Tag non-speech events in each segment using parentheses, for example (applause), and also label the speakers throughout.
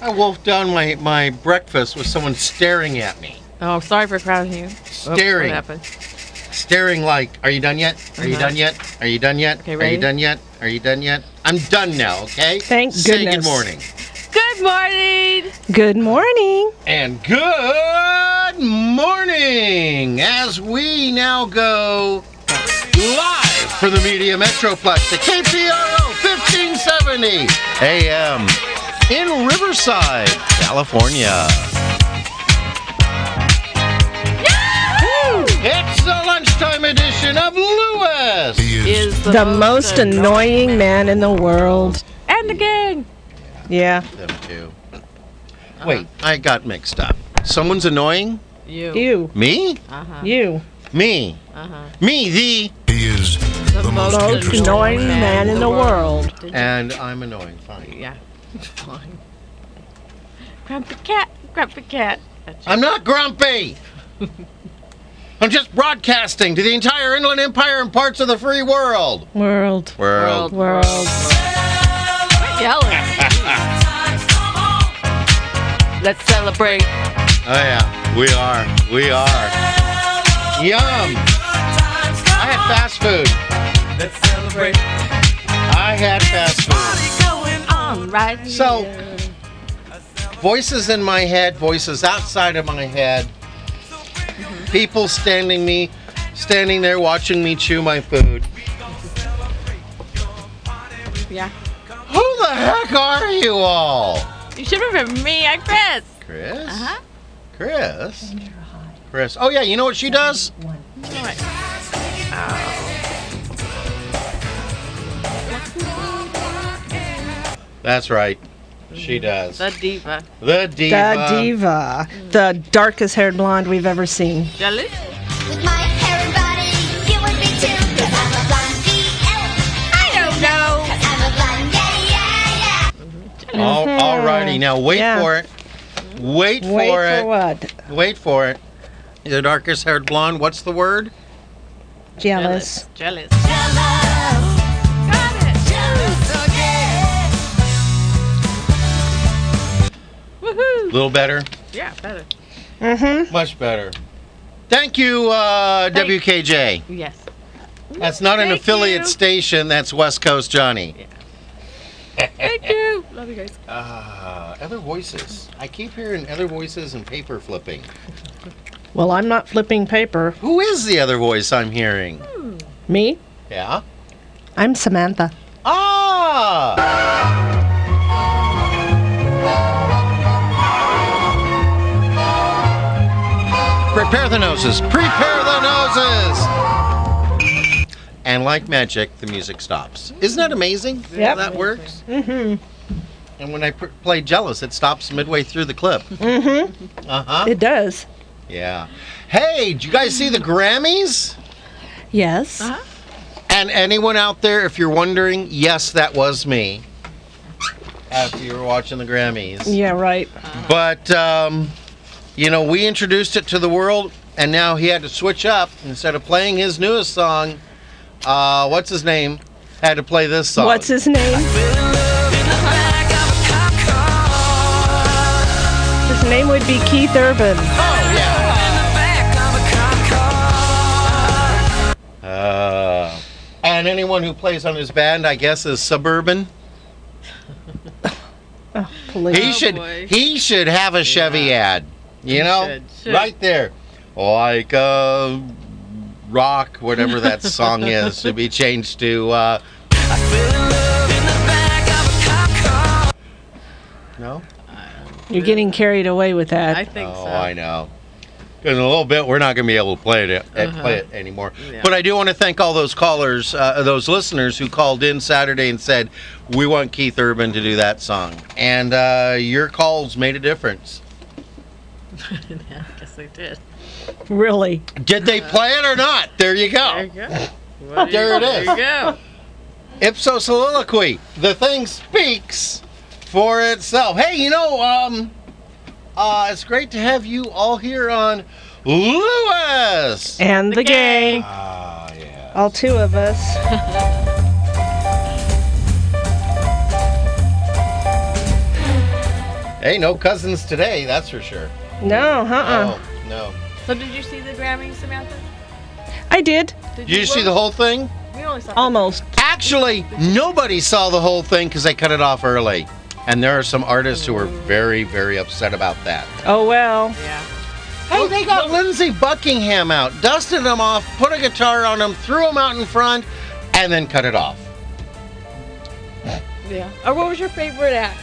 Speaker 1: I wolfed down my, my breakfast with someone staring at me.
Speaker 2: Oh, sorry for crowding you. What
Speaker 1: Staring.
Speaker 2: happened?
Speaker 1: staring like, are you done yet? Are you
Speaker 2: Uh-huh.
Speaker 1: done yet? Are you done yet?
Speaker 2: Okay,
Speaker 1: are
Speaker 2: ready?
Speaker 1: you done yet? Are you done yet? I'm done now, okay?
Speaker 3: Thank
Speaker 1: Say good
Speaker 3: goodness.
Speaker 1: morning.
Speaker 2: Good morning.
Speaker 3: Good morning.
Speaker 1: And good morning as we now go live for the Media Metroplex at KPRO 1570 AM in Riverside, California. It's the lunchtime edition of Lewis.
Speaker 2: Is
Speaker 3: The most annoying man in the world.
Speaker 2: And again.
Speaker 3: Yeah.
Speaker 1: them too. Wait, I got mixed up. Someone's annoying?
Speaker 2: You.
Speaker 3: You.
Speaker 1: Me?
Speaker 2: Uh huh.
Speaker 3: You.
Speaker 1: Me?
Speaker 2: Uh huh.
Speaker 1: Me, the.
Speaker 4: He is
Speaker 2: The, most,
Speaker 3: Most annoying man in the world.
Speaker 2: Did you-
Speaker 1: And I'm annoying, fine.
Speaker 2: Yeah. (laughs) Fine. Grumpy cat. Grumpy cat. That's
Speaker 1: I'm not grumpy! (laughs) I'm just broadcasting to the entire Inland Empire and parts of the free world.
Speaker 3: World.
Speaker 1: World.
Speaker 3: World.
Speaker 2: Quit yelling. Let's celebrate.
Speaker 1: Oh, yeah. We are. We are. Yum! I had fast food.
Speaker 2: Let's celebrate.
Speaker 1: I had fast food.
Speaker 2: All right.
Speaker 1: So-
Speaker 2: here.
Speaker 1: Voices in my head, voices outside of my head. People standing me, standing there watching me chew my food.
Speaker 2: Yeah.
Speaker 1: Who the heck are you all?
Speaker 2: You should remember me. I'm Chris.
Speaker 1: Chris?
Speaker 2: Uh-huh.
Speaker 1: Chris? Chris. Oh, yeah, you know what she does?
Speaker 2: You know what?
Speaker 1: That's right. She does.
Speaker 2: The diva.
Speaker 1: The diva.
Speaker 3: The diva. The darkest haired blonde we've ever seen.
Speaker 2: Jelly.
Speaker 5: With my hair and body, you would be too. Cause I'm a blonde BL. I don't know. Cause I'm a blonde, yeah, yeah, yeah.
Speaker 1: All, alrighty, now wait
Speaker 3: Yeah.
Speaker 1: for it. Wait for
Speaker 3: Wait
Speaker 1: it.
Speaker 3: for what?
Speaker 1: Wait for it. The darkest haired blonde, what's the word?
Speaker 3: Jealous.
Speaker 2: Jealous.
Speaker 1: A
Speaker 2: Woohoo.
Speaker 1: little better.
Speaker 2: Yeah, better.
Speaker 3: Mm-hmm.
Speaker 1: Much better. Thank you, uh,
Speaker 2: Thank-
Speaker 1: WKJ.
Speaker 2: Yes.
Speaker 1: That's not an
Speaker 2: Thank
Speaker 1: affiliate
Speaker 2: you.
Speaker 1: station, that's West Coast Johnny.
Speaker 2: Thank you. Love you guys.
Speaker 1: Uh, other voices. I keep hearing other voices and paper flipping.
Speaker 3: Well, I'm not flipping paper.
Speaker 1: Who is the other voice I'm hearing?
Speaker 3: Me?
Speaker 1: Yeah.
Speaker 3: I'm Samantha.
Speaker 1: Ah! Prepare the noses. Prepare the noses. And like magic, the music stops. Isn't that amazing? Yeah.
Speaker 3: Yep.
Speaker 1: That works. Mm-hmm. And when I pr- play Jealous, it stops midway through the clip.
Speaker 3: Mm-hmm.
Speaker 1: Uh huh.
Speaker 3: It does.
Speaker 1: Yeah. Hey, did you guys see the Grammys?
Speaker 3: Yes.
Speaker 2: Uh-huh.
Speaker 1: And anyone out there, if you're wondering, yes, that was me. After you were watching the Grammys.
Speaker 3: Yeah, right.
Speaker 1: But, um, you know, we introduced it to the world, and now he had to switch up. Instead of playing his newest song, uh, what's his name? Had to play this song.
Speaker 3: What's his name? His name would be Keith Urban.
Speaker 1: Uh, and anyone who plays on his band, I guess, is Suburban.
Speaker 3: Please.
Speaker 1: He should
Speaker 2: boy.
Speaker 1: he should have a Chevy ad. You know?
Speaker 2: should, should.
Speaker 1: Right there. Like uh rock, whatever that song is, to be changed to uh No?
Speaker 3: You're getting carried away with
Speaker 2: I
Speaker 3: that.
Speaker 2: think
Speaker 1: oh,
Speaker 2: so.
Speaker 1: I know. 'Cause In a little bit, we're not going to be able to play it, uh, play it anymore.
Speaker 2: Yeah.
Speaker 1: But I do want to thank all those callers, uh, those listeners who called in Saturday and said, "We want Keith Urban to do that song," and uh, your calls made a difference.
Speaker 2: (laughs) yeah, I guess I did.
Speaker 3: Really.
Speaker 1: Did they play it or not? There you
Speaker 2: There you
Speaker 1: go.
Speaker 2: go. What do
Speaker 1: There
Speaker 2: you-
Speaker 1: it is.
Speaker 2: There you go.
Speaker 1: Ipso soliloquy. The thing speaks for itself. Hey, you know, um, uh, it's great to have you all here on Lewis.
Speaker 3: And the, gang.
Speaker 1: Ah, yeah.
Speaker 3: All two of us.
Speaker 1: Hey, no cousins today, that's for sure.
Speaker 3: No, uh-uh.
Speaker 1: No, no.
Speaker 2: (laughs) So did you see the Grammys, Samantha?
Speaker 3: I did.
Speaker 2: Did
Speaker 1: Did you see the whole thing?
Speaker 2: We only saw
Speaker 3: Oh. Almost.
Speaker 1: Actually, nobody saw the whole thing because they cut it off early. And there are some artists who are very, very upset about that.
Speaker 3: Oh, well.
Speaker 2: Yeah.
Speaker 1: Hey, they got Lindsey Buckingham out, dusted him off, put a guitar on him, threw him out in front, and then cut it off.
Speaker 2: Yeah. Or what was your favorite act?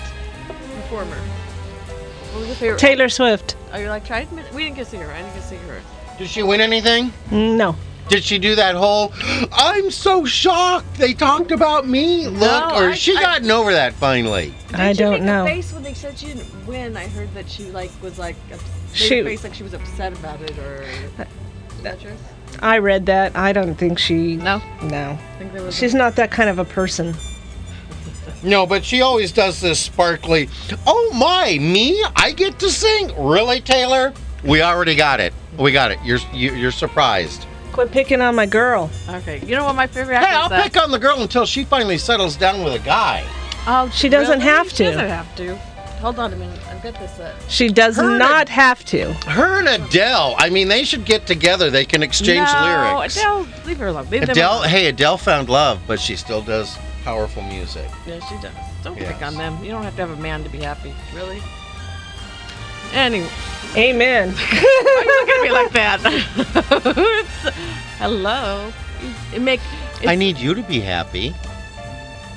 Speaker 2: Performer. What was your favorite?
Speaker 3: Taylor Swift.
Speaker 2: Are you like trying to? We didn't get to see her. I didn't get to see her.
Speaker 1: Did she win anything?
Speaker 3: No.
Speaker 1: Did she do that whole (gasps) "I'm so shocked they talked about me" look,
Speaker 2: No,
Speaker 1: or
Speaker 2: I-
Speaker 1: she
Speaker 2: I-
Speaker 1: gotten over that finally?
Speaker 3: I
Speaker 2: Did she
Speaker 3: don't
Speaker 2: make a
Speaker 3: know.
Speaker 2: face when they said she didn't win. I heard that she like was like ups- made
Speaker 3: She-
Speaker 2: a face like she was upset about it or.
Speaker 3: Uh,
Speaker 2: Is that true?
Speaker 3: I read that. I don't think she.
Speaker 2: No.
Speaker 3: No.
Speaker 2: I think there was.
Speaker 3: She's not that kind of a person.
Speaker 1: No, but she always does this sparkly. Oh my, me? I get to sing? Really, Taylor? We already got it. We got it. You're you, you're surprised.
Speaker 3: Quit picking on my girl.
Speaker 2: a, okay. You know what my favorite act
Speaker 1: Hey, I'll
Speaker 2: was? that- uh,
Speaker 1: pick on the girl until she finally settles down with a guy.
Speaker 2: Oh,
Speaker 3: She doesn't
Speaker 2: really?
Speaker 3: have
Speaker 2: She
Speaker 3: to.
Speaker 2: doesn't have to. Hold on a minute. I've got this uh, up.
Speaker 3: She does
Speaker 1: Heard it.
Speaker 3: not have to.
Speaker 1: Her and Adele. I mean, they should get together. They can exchange
Speaker 2: no,
Speaker 1: lyrics.
Speaker 2: Adele, leave her alone. Leave them
Speaker 1: Adele.
Speaker 2: alone.
Speaker 1: Hey, Adele found love, but she still does powerful music.
Speaker 2: Yeah, she does. Don't
Speaker 1: Yes.
Speaker 2: pick on them. You don't have to have a man to be happy. Really?
Speaker 3: (laughs)
Speaker 2: Anyway,
Speaker 3: Amen.
Speaker 2: why you looking at me like that? (laughs) It's- hello. It make. It's,
Speaker 1: I need you to be happy.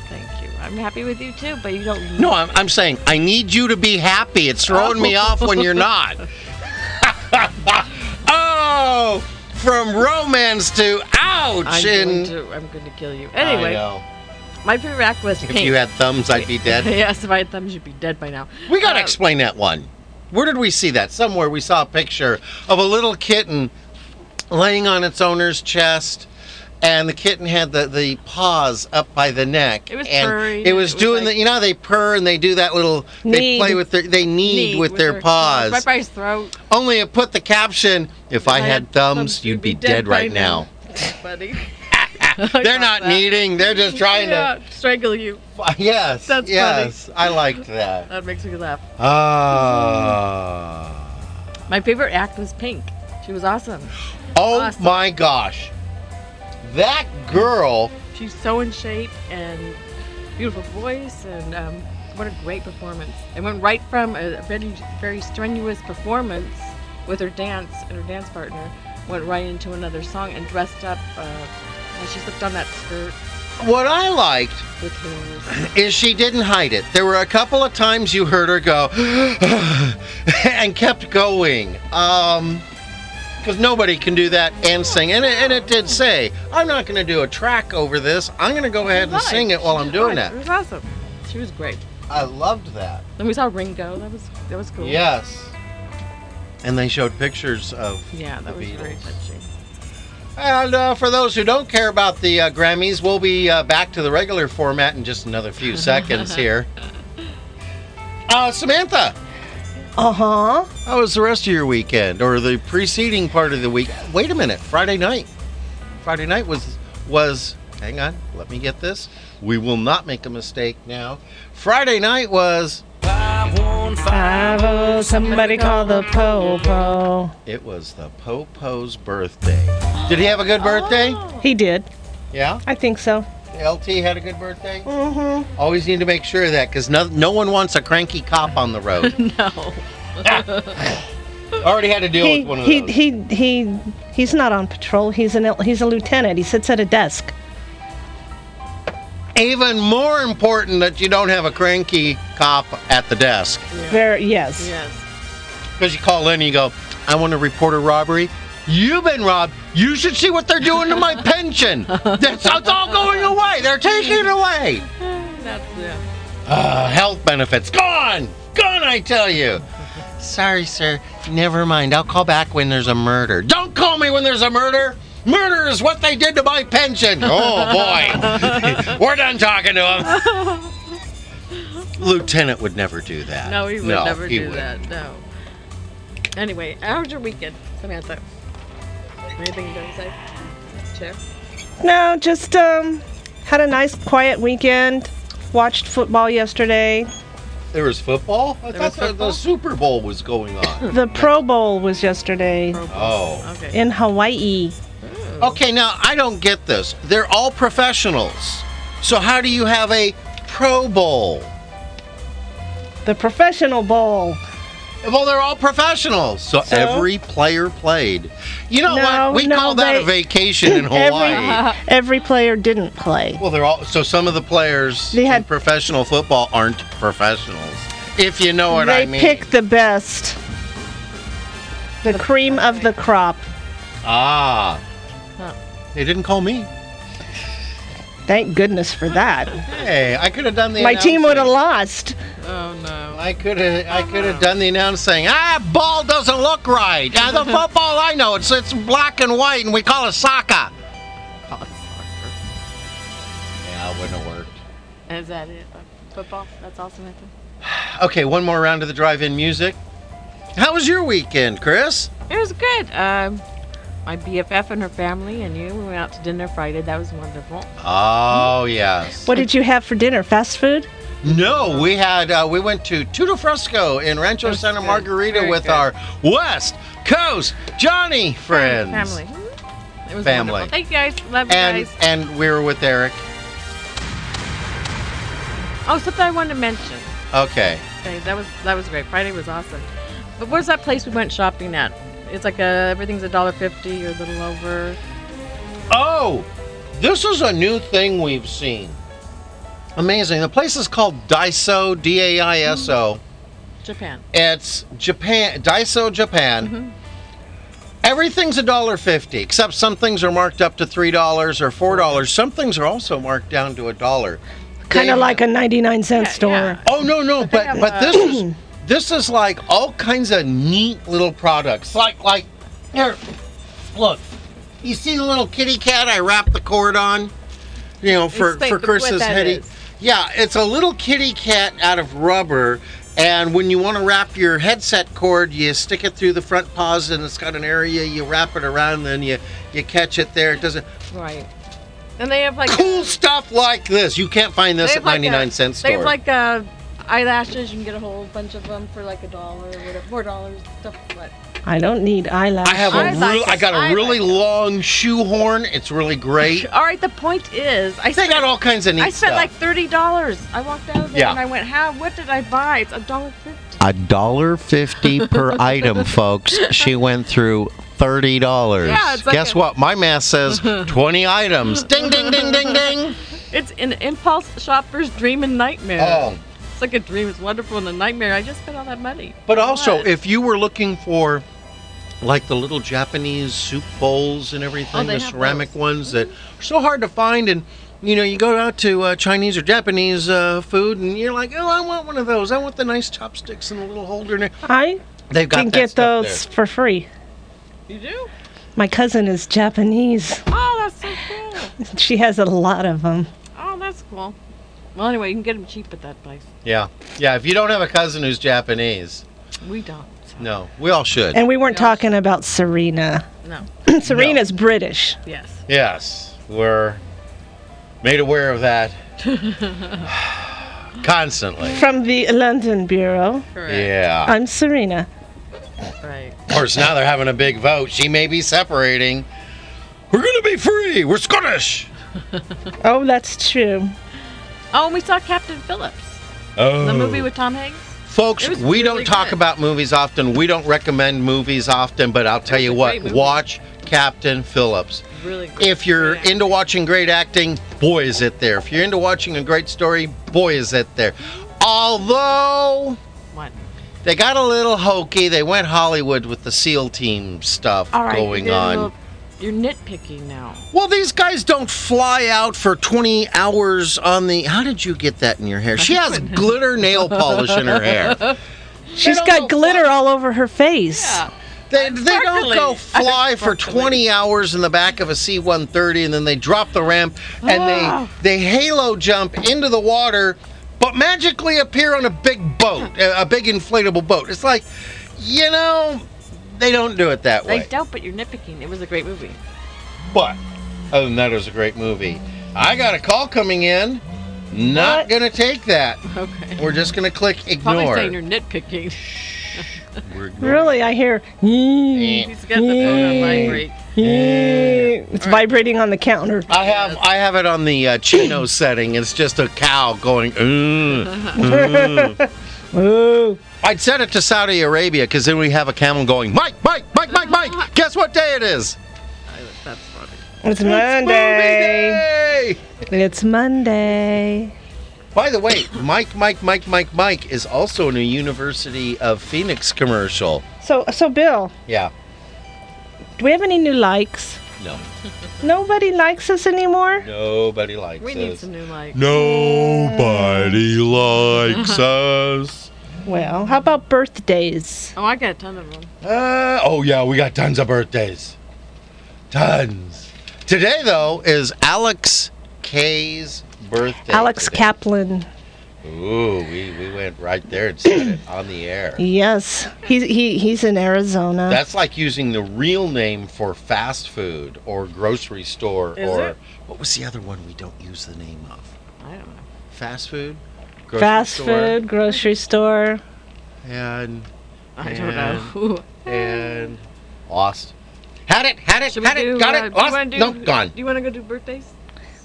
Speaker 2: Thank you. I'm happy with you too, but you don't.
Speaker 1: No, I'm, I'm saying I need you to be happy. It's throwing me off when you're
Speaker 2: (laughs)
Speaker 1: not. oh, from romance to ouch.
Speaker 2: I'm going
Speaker 1: and
Speaker 2: to. I'm going to kill you.
Speaker 1: I
Speaker 2: Anyway,
Speaker 1: know.
Speaker 2: my favorite act was
Speaker 1: if
Speaker 2: Pink.
Speaker 1: you had thumbs, I'd be dead.
Speaker 2: (laughs) yes, if I had thumbs, you'd be dead by now.
Speaker 1: We gotta
Speaker 2: Uh,
Speaker 1: explain that one. Where did we see that? Somewhere we saw a picture of a little kitten laying on its owner's chest. And the kitten had the, the paws up by the neck.
Speaker 2: It was
Speaker 1: and
Speaker 2: purring,
Speaker 1: It
Speaker 2: and
Speaker 1: was
Speaker 2: it was
Speaker 1: doing
Speaker 2: like-
Speaker 1: the you know how they purr and they do that little they
Speaker 3: Need.
Speaker 1: play with their they need, with, their, paws.
Speaker 2: Right by his throat.
Speaker 1: Only it put the caption, if I had thumbs, you'd be dead right now.
Speaker 2: (laughs)
Speaker 1: (laughs)
Speaker 2: buddy. (laughs)
Speaker 1: They're not needing, they're (laughs) just trying to.
Speaker 2: strangle you.
Speaker 1: Yes.
Speaker 2: That's funny.
Speaker 1: yes. I liked that.
Speaker 2: That makes me laugh.
Speaker 1: (laughs) Ah.
Speaker 2: My favorite act was Pink. She was awesome.
Speaker 1: oh
Speaker 2: Awesome.
Speaker 1: my gosh. That girl,
Speaker 2: She's so in shape and beautiful voice, and um, what a great performance! It went right from a very, very strenuous performance with her dance and her dance partner, went right into another song and dressed up. Uh, and she slipped on that skirt
Speaker 1: what I liked (laughs)
Speaker 2: with her.
Speaker 1: is she didn't hide it. There were a couple of times you heard her go (sighs) and kept going. Um because nobody can do that and sing. And it, and it did say, I'm not going to do a track over this. I'm going to go ahead and sing it while I'm doing
Speaker 2: it. It
Speaker 1: it.
Speaker 2: was awesome. She was great.
Speaker 1: I loved that.
Speaker 2: Then we saw Ringo. That was that was cool.
Speaker 1: Yes. And they showed pictures of.
Speaker 2: Yeah, that
Speaker 1: The
Speaker 2: was very
Speaker 1: Beatles.
Speaker 2: touching.
Speaker 1: And uh, for those who don't care about the uh, Grammys, we'll be uh, back to the regular format in just another few seconds here. Uh, Samantha,
Speaker 3: Uh huh.
Speaker 1: How was the rest of your weekend or the preceding part of the week? Wait a minute, Friday night. Friday night was was hang on, let me get this. We will not make a mistake now. Friday night was
Speaker 3: Five oh, somebody call the popo.
Speaker 1: it was the Popo's birthday. Did he have a good birthday?
Speaker 3: He did.
Speaker 1: Yeah.
Speaker 3: I think so.
Speaker 1: LT had a good birthday.
Speaker 3: Mm hmm.
Speaker 1: Always need to make sure of that cuz no, no one wants a cranky cop on the
Speaker 3: (laughs)
Speaker 1: road.
Speaker 2: No.
Speaker 1: (laughs) Already had to deal
Speaker 3: He,
Speaker 1: with one of
Speaker 3: he,
Speaker 1: those.
Speaker 3: he, he, he's not on patrol. He's an, il- he's a lieutenant. He sits at a desk.
Speaker 1: Even more important that you don't have a cranky cop at the desk.
Speaker 3: Very, yes.
Speaker 2: Yes.
Speaker 1: Because you call in and you go, I want to report a robbery. You've been robbed. You should see what they're doing to
Speaker 3: (laughs)
Speaker 1: my pension. That's it's all going away. They're taking it away.
Speaker 2: That's yeah.
Speaker 1: Uh, health benefits gone, gone. I tell you. Sorry, sir. Never mind. I'll call back when there's a murder. Don't call me when there's a murder. Murder is what they did to my (laughs) pension. Oh boy, we're done talking to him. Lieutenant would never do that.
Speaker 2: No, he would
Speaker 1: No,
Speaker 2: never
Speaker 1: he
Speaker 2: do
Speaker 1: wouldn't.
Speaker 2: that. No. Anyway, how was your weekend, Samantha? Anything you going to say? Chair?
Speaker 3: No, just um, had a nice quiet weekend. Watched football yesterday.
Speaker 1: There was football. I
Speaker 2: There
Speaker 1: thought
Speaker 2: was
Speaker 1: the, the
Speaker 2: football?
Speaker 1: Super Bowl was going
Speaker 2: (laughs)
Speaker 1: on.
Speaker 3: The Pro Bowl was yesterday
Speaker 2: Pro Bowl.
Speaker 1: Oh.
Speaker 2: Okay.
Speaker 3: in Hawaii.
Speaker 2: Oh.
Speaker 1: Okay, now I don't get this. They're all professionals. So how do you have a Pro Bowl?
Speaker 3: The Professional Bowl.
Speaker 1: Well, they're all professionals. So,
Speaker 3: So?
Speaker 1: every player played. You know
Speaker 3: No,
Speaker 1: what? We
Speaker 3: no,
Speaker 1: call that
Speaker 3: they-
Speaker 1: a vacation
Speaker 3: (laughs)
Speaker 1: in Hawaii.
Speaker 3: Every, every player didn't play.
Speaker 1: Well, they're all so some of the players
Speaker 3: They had-
Speaker 1: in professional football aren't professionals. If you know what
Speaker 3: they
Speaker 1: I mean.
Speaker 3: picked the best, the cream of the crop.
Speaker 1: ah.
Speaker 2: Huh.
Speaker 1: They didn't call me.
Speaker 3: Thank goodness for that.
Speaker 1: Hey, I could have done the
Speaker 3: My team would have
Speaker 1: announcing.
Speaker 3: lost.
Speaker 2: Oh no.
Speaker 1: I could have I could have done the announce saying, ah, ball doesn't look right. Ah, the
Speaker 3: (laughs)
Speaker 1: football I know it's it's black and white and we call it soccer.
Speaker 2: Call it soccer.
Speaker 1: Yeah, it wouldn't have worked.
Speaker 2: Is that it? Uh, Football? That's all, Samantha.
Speaker 1: Okay, one more round of the drive-in music. How was your weekend, Chris?
Speaker 2: It was good. Um, my BFF and her family and you. We went out to dinner Friday. That was wonderful.
Speaker 1: Oh yes.
Speaker 3: What did you have for dinner? Fast food?
Speaker 1: No, we had uh, we went to Tutto Fresco in Rancho
Speaker 2: That's
Speaker 1: Santa
Speaker 2: good.
Speaker 1: Margarita
Speaker 2: Very
Speaker 1: with
Speaker 2: good.
Speaker 1: our West Coast Johnny friends.
Speaker 2: Family. Hmm? It was
Speaker 1: Family.
Speaker 2: wonderful. Thank you guys. Love you
Speaker 1: And
Speaker 2: guys.
Speaker 1: and we were with Eric.
Speaker 2: Oh, something I wanted to mention.
Speaker 1: Okay.
Speaker 2: Okay, that was that was great. Friday was awesome. But where's that place we went shopping at? It's like a, everything's a dollar fifty or a little over.
Speaker 1: Oh, this is a new thing we've seen. Amazing. The place is called Daiso, D A I S O.
Speaker 2: Japan.
Speaker 1: It's Japan, Daiso, Japan. Everything's a dollar fifty, except some things are marked up to three dollars or four dollars. Some things are also marked down to a dollar.
Speaker 3: Kind
Speaker 1: They-
Speaker 3: of like a 99 cent
Speaker 2: Yeah,
Speaker 3: store.
Speaker 2: yeah.
Speaker 1: Oh no no,
Speaker 2: they
Speaker 1: but
Speaker 2: (laughs) have,
Speaker 1: but
Speaker 2: uh,
Speaker 1: this is this is like all kinds of neat little products. Like like here, look. You see the little kitty cat I wrapped the cord on? You know, for
Speaker 2: Explain
Speaker 1: for
Speaker 2: what
Speaker 1: Chris's
Speaker 2: that
Speaker 1: heady.
Speaker 2: is.
Speaker 1: Yeah, it's a little kitty cat out of rubber. And when you want to wrap your headset cord, you stick it through the front paws, and it's got an area. You wrap it around, then you you catch it there. It doesn't
Speaker 2: Right. And they have like
Speaker 1: cool stuff like this. You can't find
Speaker 2: they
Speaker 1: this
Speaker 2: have
Speaker 1: at ninety nine
Speaker 2: like a,
Speaker 1: cent store.
Speaker 2: They have like uh, eyelashes. You can get a whole bunch of them for like a dollar or whatever, four dollars, stuff like that.
Speaker 3: I don't need eyelashes.
Speaker 1: I have a
Speaker 2: I like
Speaker 1: real, I
Speaker 2: this.
Speaker 1: got a
Speaker 2: I
Speaker 1: really
Speaker 2: like this.
Speaker 1: long shoehorn. It's really great.
Speaker 2: All right. The point is, I
Speaker 1: They
Speaker 2: spent,
Speaker 1: got all kinds of neat
Speaker 2: I spent like
Speaker 1: stuff.
Speaker 2: thirty dollars. I walked out of there
Speaker 1: Yeah.
Speaker 2: and I went, "How? What did I buy? It's a dollar fifty.
Speaker 1: a dollar fifty per
Speaker 2: (laughs)
Speaker 1: item, folks. She went through thirty dollars.
Speaker 2: Yeah, it's like
Speaker 1: Guess
Speaker 2: a-
Speaker 1: what? My math
Speaker 2: (laughs)
Speaker 1: says twenty items. Ding ding ding ding ding.
Speaker 2: It's an impulse shopper's dream and nightmare.
Speaker 1: Oh.
Speaker 2: It's like a dream. It's wonderful and a nightmare. I just spent all that money.
Speaker 1: But
Speaker 2: For
Speaker 1: also,
Speaker 2: what?
Speaker 1: if you were looking for like the little Japanese soup bowls and everything,
Speaker 2: Oh, they
Speaker 1: the
Speaker 2: have
Speaker 1: ceramic
Speaker 2: those. Mm-hmm.
Speaker 1: ones that are so hard to find, and you know, you go out to uh, Chinese or Japanese uh, food, and you're like, oh, I want one of those. I want the nice chopsticks and the little holder. And everything."
Speaker 3: I
Speaker 1: They've got
Speaker 3: can
Speaker 1: that
Speaker 3: get
Speaker 1: stuff
Speaker 3: those for free.
Speaker 2: you do,
Speaker 3: My cousin is Japanese.
Speaker 2: oh, that's so cool.
Speaker 3: She has a lot of them.
Speaker 2: Oh, that's cool. Well, anyway, you can get them cheap at that place.
Speaker 1: there. Yeah, yeah. If you don't have a cousin who's Japanese,
Speaker 2: We don't. so-
Speaker 1: no, we all should.
Speaker 3: And we weren't
Speaker 2: Yes.
Speaker 3: talking about Serena.
Speaker 2: No.
Speaker 3: (clears throat) Serena's British.
Speaker 2: Yes.
Speaker 1: yes, we're made aware of
Speaker 2: (laughs)
Speaker 1: that constantly.
Speaker 3: From the London Bureau.
Speaker 2: Correct.
Speaker 1: Yeah.
Speaker 3: I'm Serena.
Speaker 2: Right.
Speaker 1: Of course, now they're having a big vote. She may be separating. We're gonna be free. We're Scottish.
Speaker 3: Oh, that's true.
Speaker 2: Oh, and we saw Captain Phillips,
Speaker 1: Oh.
Speaker 2: the movie with Tom Hanks.
Speaker 1: Folks,
Speaker 2: It was
Speaker 1: we don't
Speaker 2: really
Speaker 1: talk
Speaker 2: good.
Speaker 1: about movies often. We don't recommend movies often, but I'll tell
Speaker 2: was
Speaker 1: you
Speaker 2: a
Speaker 1: what.
Speaker 2: great movie.
Speaker 1: Watch Captain Phillips.
Speaker 2: Really good.
Speaker 1: If you're
Speaker 2: Yeah.
Speaker 1: into watching great acting, boy is it there. If you're into watching a great story, boy is it there. Although
Speaker 2: What?
Speaker 1: they got a little hokey, they went Hollywood with the SEAL team stuff
Speaker 2: All right.
Speaker 1: going
Speaker 2: you're a
Speaker 1: on.
Speaker 2: little- you're nitpicking now.
Speaker 1: Well, these guys don't fly out for 20 hours on the. How did you get that in your hair? She has glitter nail polish in her hair.
Speaker 3: She's
Speaker 1: don't
Speaker 3: got
Speaker 1: know
Speaker 3: glitter all over her face.
Speaker 1: They, they don't go
Speaker 2: Sparkly.
Speaker 1: fly for 20 hours in the back of a C 130 and then they drop the ramp and
Speaker 2: Ah.
Speaker 1: they, they halo jump into the water but magically appear on a big boat, a a big inflatable boat. It's like, you know, they don't do it that
Speaker 2: I
Speaker 1: way.
Speaker 2: doubt, but you're nitpicking. It was a great movie.
Speaker 1: But other than that, it was a great movie. I got a call coming in. Not
Speaker 3: What?
Speaker 1: gonna take that.
Speaker 2: (laughs) Okay.
Speaker 1: We're just gonna click
Speaker 2: Probably
Speaker 1: ignore.
Speaker 2: saying
Speaker 1: (laughs)
Speaker 2: you're nitpicking.
Speaker 1: We're ignoring-
Speaker 3: Really, I hear.
Speaker 1: Eh.
Speaker 2: He's got the phone on vibrate.
Speaker 3: It's vibrating on the counter.
Speaker 1: I have I have it on the uh, Chino
Speaker 2: (clears throat)
Speaker 1: setting. It's just a cow going.
Speaker 2: Uh-huh.
Speaker 1: "Mm, mm."
Speaker 3: Ooh.
Speaker 1: I'd set it to Saudi Arabia because then we have a camel going. Mike, Mike, Mike, Mike,
Speaker 2: Uh-huh.
Speaker 1: Mike. Guess what day it is?
Speaker 2: I was- That's funny.
Speaker 3: It's Monday.
Speaker 1: Monday.
Speaker 3: It's Monday.
Speaker 1: By the way, Mike, Mike, Mike, Mike, Mike is also in a University of Phoenix commercial.
Speaker 3: So, so Bill,
Speaker 1: Yeah.
Speaker 3: do we have any new likes?
Speaker 1: No.
Speaker 3: Nobody likes us anymore.
Speaker 1: Nobody likes
Speaker 2: We need some new lights.
Speaker 1: Nobody likes us.
Speaker 3: Well, how about birthdays?
Speaker 2: Oh, I got a ton of them.
Speaker 1: Uh, oh yeah, we got tons of birthdays. Tons. Today though is Alex K's birthday.
Speaker 3: Alex
Speaker 1: today.
Speaker 3: Kaplan.
Speaker 1: Ooh, we, we went right there and said it on the air.
Speaker 3: Yes, he's he, he's in Arizona.
Speaker 1: That's like using the real name for fast food or grocery store
Speaker 2: Is
Speaker 1: or
Speaker 2: it?
Speaker 1: what was the other one we don't use the name of?
Speaker 2: I don't know.
Speaker 1: Fast food. Grocery
Speaker 3: Fast
Speaker 1: store,
Speaker 3: food, grocery store.
Speaker 1: and
Speaker 2: I don't know. (laughs)
Speaker 1: and lost. Had it, had it,
Speaker 2: Should we
Speaker 1: had
Speaker 2: do?
Speaker 1: it, got
Speaker 2: uh,
Speaker 1: it,
Speaker 2: do you
Speaker 1: lost.
Speaker 2: wanna do,
Speaker 1: no, gone.
Speaker 2: Do you want to go do birthdays?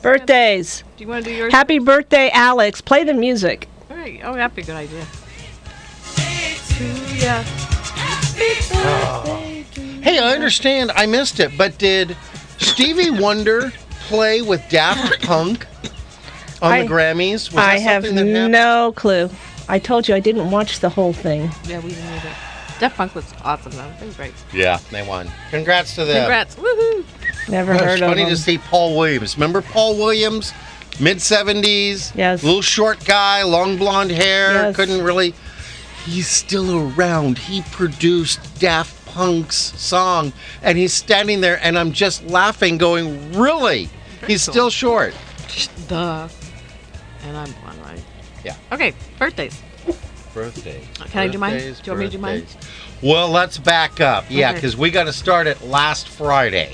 Speaker 3: Birthdays.
Speaker 2: Do you want to do yours?
Speaker 3: Happy birthday, Alex. Play the music.
Speaker 2: All right. Oh, that'd be a good idea. Yeah.
Speaker 1: Hey, I understand. I missed it, but did Stevie Wonder play with
Speaker 3: (laughs)
Speaker 1: Daft Punk on
Speaker 3: I-
Speaker 1: the Grammys? Was
Speaker 3: I
Speaker 1: that
Speaker 3: have
Speaker 1: something that happened?
Speaker 3: no clue. I told you I didn't watch the whole thing.
Speaker 2: Yeah, we didn't need it. Def Punk looks awesome though. It was great.
Speaker 1: Yeah, they won. Congrats to them.
Speaker 2: Congrats. Woohoo.
Speaker 3: Never
Speaker 1: It's
Speaker 3: heard of
Speaker 1: funny
Speaker 3: him.
Speaker 1: to see Paul Williams. Remember Paul Williams, mid seventies.
Speaker 3: Yes.
Speaker 1: Little short guy, long blonde hair.
Speaker 3: Yes.
Speaker 1: Couldn't really. He's still around. He produced Daft Punk's song, and he's standing there, and I'm just laughing, going, "Really? He's still short."
Speaker 2: Duh. And I'm one, right?
Speaker 1: Yeah.
Speaker 2: Okay. Birthdays.
Speaker 1: Birthday.
Speaker 2: Uh, Can I do mine? Do you want me to do mine?
Speaker 1: Well, let's back up. Yeah,
Speaker 2: Okay.
Speaker 1: because we got to start it last Friday.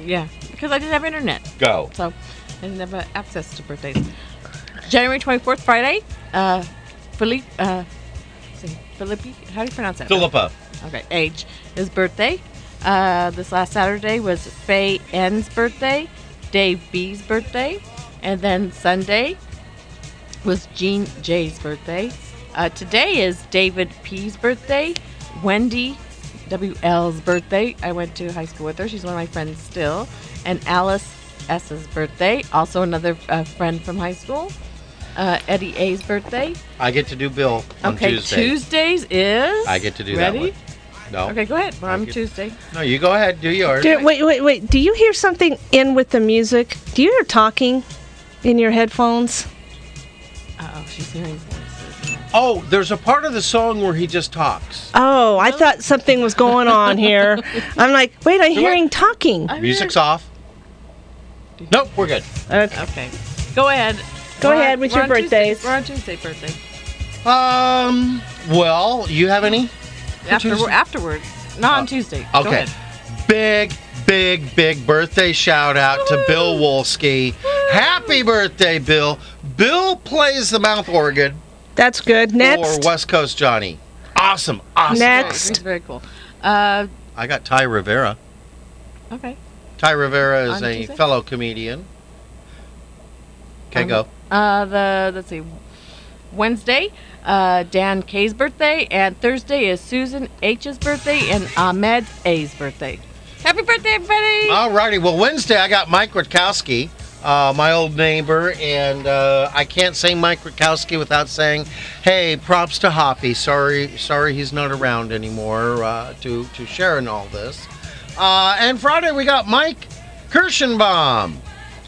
Speaker 2: Yeah. Because I didn't have internet.
Speaker 1: Go.
Speaker 2: so I didn't have uh, access to birthdays. January 24th, Friday, uh, Philippe, uh, let's see, Philippi, how do you pronounce that?
Speaker 1: Philippa.
Speaker 2: Okay, age, his birthday. Uh, this last Saturday was Faye N's birthday, Dave B's birthday, and then Sunday was Jean J's birthday. Uh, today is David P's birthday, Wendy WL's birthday. I went to high school with her. She's one of my friends still. And Alice S's birthday, also another uh, friend from high school. Uh, Eddie A's birthday.
Speaker 1: I get to do Bill on
Speaker 2: okay,
Speaker 1: Tuesday.
Speaker 2: Tuesdays is.
Speaker 1: I get to do
Speaker 2: Ready?
Speaker 1: that one. No.
Speaker 2: Okay, go ahead. Well, I'm
Speaker 1: Oh. you.
Speaker 2: Tuesday.
Speaker 1: No, you go ahead. Do yours.
Speaker 3: Do- wait, wait, wait. Do you hear something in with the music? Do you hear talking in your headphones?
Speaker 2: Uh-oh, she's hearing voices.
Speaker 1: Oh, there's a part of the song where he just talks.
Speaker 3: Oh, I thought something was going
Speaker 1: (laughs)
Speaker 3: on here. I'm like, wait, I'm hearing talking.
Speaker 2: I
Speaker 1: Music's off. Nope, we're good.
Speaker 3: Okay.
Speaker 2: Okay. Go ahead.
Speaker 3: Go
Speaker 2: We're on-
Speaker 3: ahead with
Speaker 2: we're
Speaker 3: your
Speaker 2: on Tuesday.
Speaker 3: birthdays.
Speaker 2: We're on Tuesday birthday.
Speaker 1: Um, well, you have any?
Speaker 2: After,
Speaker 1: Tuesday?
Speaker 2: afterwards. Not on Tuesday. Go
Speaker 1: Oh. Okay.
Speaker 2: ahead.
Speaker 1: Big, big, big birthday shout out to Bill Wolski. Happy birthday, Bill. Bill plays the mouth organ
Speaker 3: That's good.
Speaker 1: for
Speaker 3: Next.
Speaker 1: West Coast Johnny. Awesome, awesome.
Speaker 3: Next.
Speaker 2: It's very cool. Uh,
Speaker 1: I got Ty Rivera.
Speaker 2: okay.
Speaker 1: Ty Rivera is
Speaker 2: On
Speaker 1: a
Speaker 2: Tuesday?
Speaker 1: fellow comedian. Okay,
Speaker 2: Um,
Speaker 1: go.
Speaker 2: Uh, the let's see. Wednesday, uh, Dan K's birthday, and Thursday is Susan H's birthday and Ahmed A's birthday. Happy birthday, everybody!
Speaker 1: Alrighty. Well, Wednesday I got Mike Rutkowski, uh, my old neighbor, and uh, I can't say Mike Rutkowski without saying, "Hey, props to Hoppy. Sorry, sorry, he's not around anymore uh, to to share in all this." Uh, and Friday we got Mike Kirschenbaum,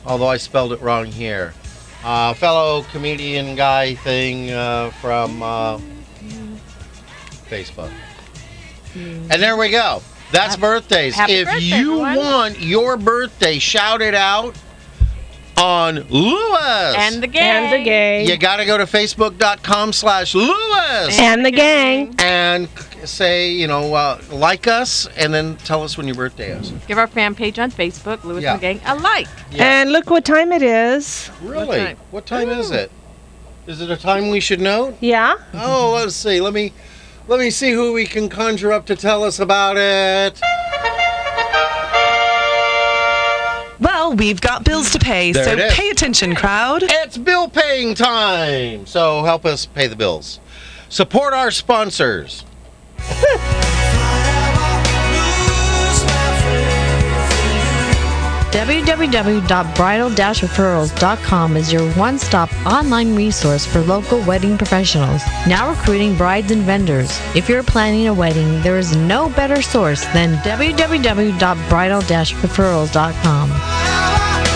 Speaker 1: although I spelled it wrong here. Uh, fellow comedian guy thing uh, from uh, Facebook. And there we go. That's birthdays.
Speaker 2: happy
Speaker 1: if
Speaker 2: birthday,
Speaker 1: you
Speaker 2: everyone.
Speaker 1: want your birthday shouted out on Lewis,
Speaker 2: and the game.
Speaker 3: And the
Speaker 1: you
Speaker 3: gang.
Speaker 1: got to go to facebook.com slash Lewis
Speaker 3: And the gang.
Speaker 1: and say, you know, uh, like us, and then tell us when your birthday is.
Speaker 2: Give our fan page on Facebook, Lewis
Speaker 1: Yeah.
Speaker 2: and the Gang, a like.
Speaker 1: Yeah.
Speaker 3: And look what time it is.
Speaker 1: really?
Speaker 2: time?
Speaker 1: What time is it? Is it a time we should know?
Speaker 3: Yeah?
Speaker 1: Oh, let's see. Let me let me see who we can conjure up to tell us about it.
Speaker 4: Well, we've got bills to pay,
Speaker 1: There it
Speaker 4: so
Speaker 1: is.
Speaker 4: pay attention, crowd.
Speaker 1: It's bill paying time. So help us pay the bills. Support our sponsors.
Speaker 6: www.bridal-referrals.com is your one-stop online resource for local wedding professionals. Now recruiting brides and vendors. If you're planning a wedding, there is no better source than www.bridal-referrals.com.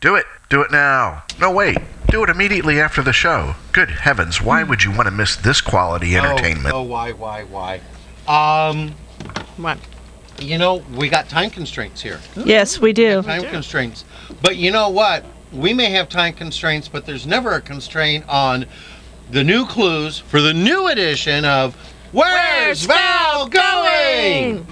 Speaker 7: Do it. Do it now. No, wait. Do it immediately after the show. Good heavens, why
Speaker 8: Hmm.
Speaker 7: would you want to miss this quality entertainment?
Speaker 1: Oh, oh why, why, why? Um,
Speaker 2: What?
Speaker 1: you know, we got time constraints here.
Speaker 3: Yes, we do.
Speaker 1: Time constraints. But you know what? We may have time constraints, but there's never a constraint on the new clues for the new edition of Where's, Val going?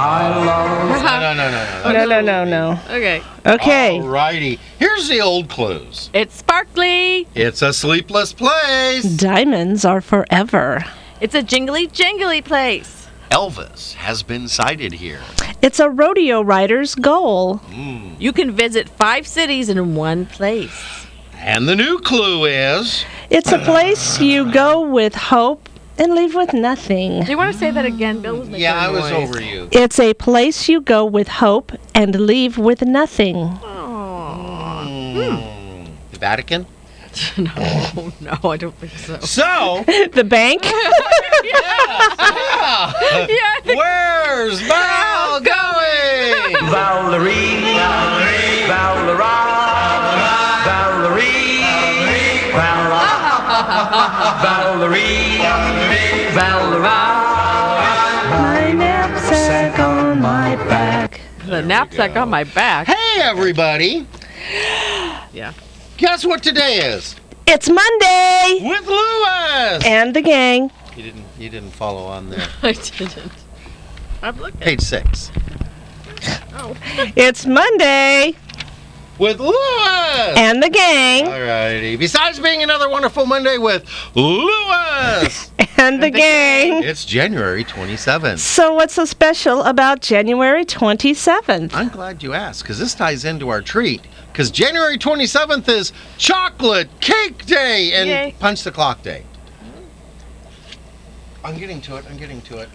Speaker 1: No, no, no, no.
Speaker 3: No, no, no, no.
Speaker 2: (laughs) Okay.
Speaker 3: Okay.
Speaker 1: Alrighty. Here's the old clues.
Speaker 2: It's sparkly.
Speaker 1: It's a sleepless place.
Speaker 3: Diamonds are forever.
Speaker 2: It's a jingly jingly place.
Speaker 1: Elvis has been sighted here.
Speaker 3: It's a rodeo rider's goal.
Speaker 2: You can visit five cities in one place.
Speaker 1: And the new clue is
Speaker 3: It's a place you go with hope and leave with nothing.
Speaker 2: Do you want to say that again? Bill was making
Speaker 1: Yeah,
Speaker 2: a
Speaker 1: I was
Speaker 2: noise.
Speaker 1: over you.
Speaker 3: It's a place you go with hope and leave with (laughs) nothing.
Speaker 1: The Vatican?
Speaker 2: (laughs) no, no, I don't think so.
Speaker 1: (laughs) So,
Speaker 3: The (laughs) bank?
Speaker 2: yeah, I think
Speaker 1: where's Val going?
Speaker 3: My knapsack on my back.
Speaker 2: the knapsack on my back.
Speaker 1: Hey, everybody.
Speaker 2: Yeah.
Speaker 1: Guess what today is?
Speaker 3: It's Monday!
Speaker 1: With Lewis!
Speaker 3: Eh. And the gang.
Speaker 1: You didn't. You didn't follow on there.
Speaker 2: (laughs) I didn't. I'm looking.
Speaker 1: Page six.
Speaker 2: Oh.
Speaker 3: It's Monday
Speaker 1: With Lewis.
Speaker 3: and the gang
Speaker 1: Alrighty. Besides being another wonderful Monday with (laughs) Lewis,
Speaker 3: and the gang.
Speaker 1: it's January 27th.
Speaker 3: So what's so special about January 27th?
Speaker 1: I'm glad you asked because this ties into our treat. Because January 27th is Chocolate Cake Day and
Speaker 2: Yay.
Speaker 1: Punch the Clock Day. I'm getting to it. I'm getting to it.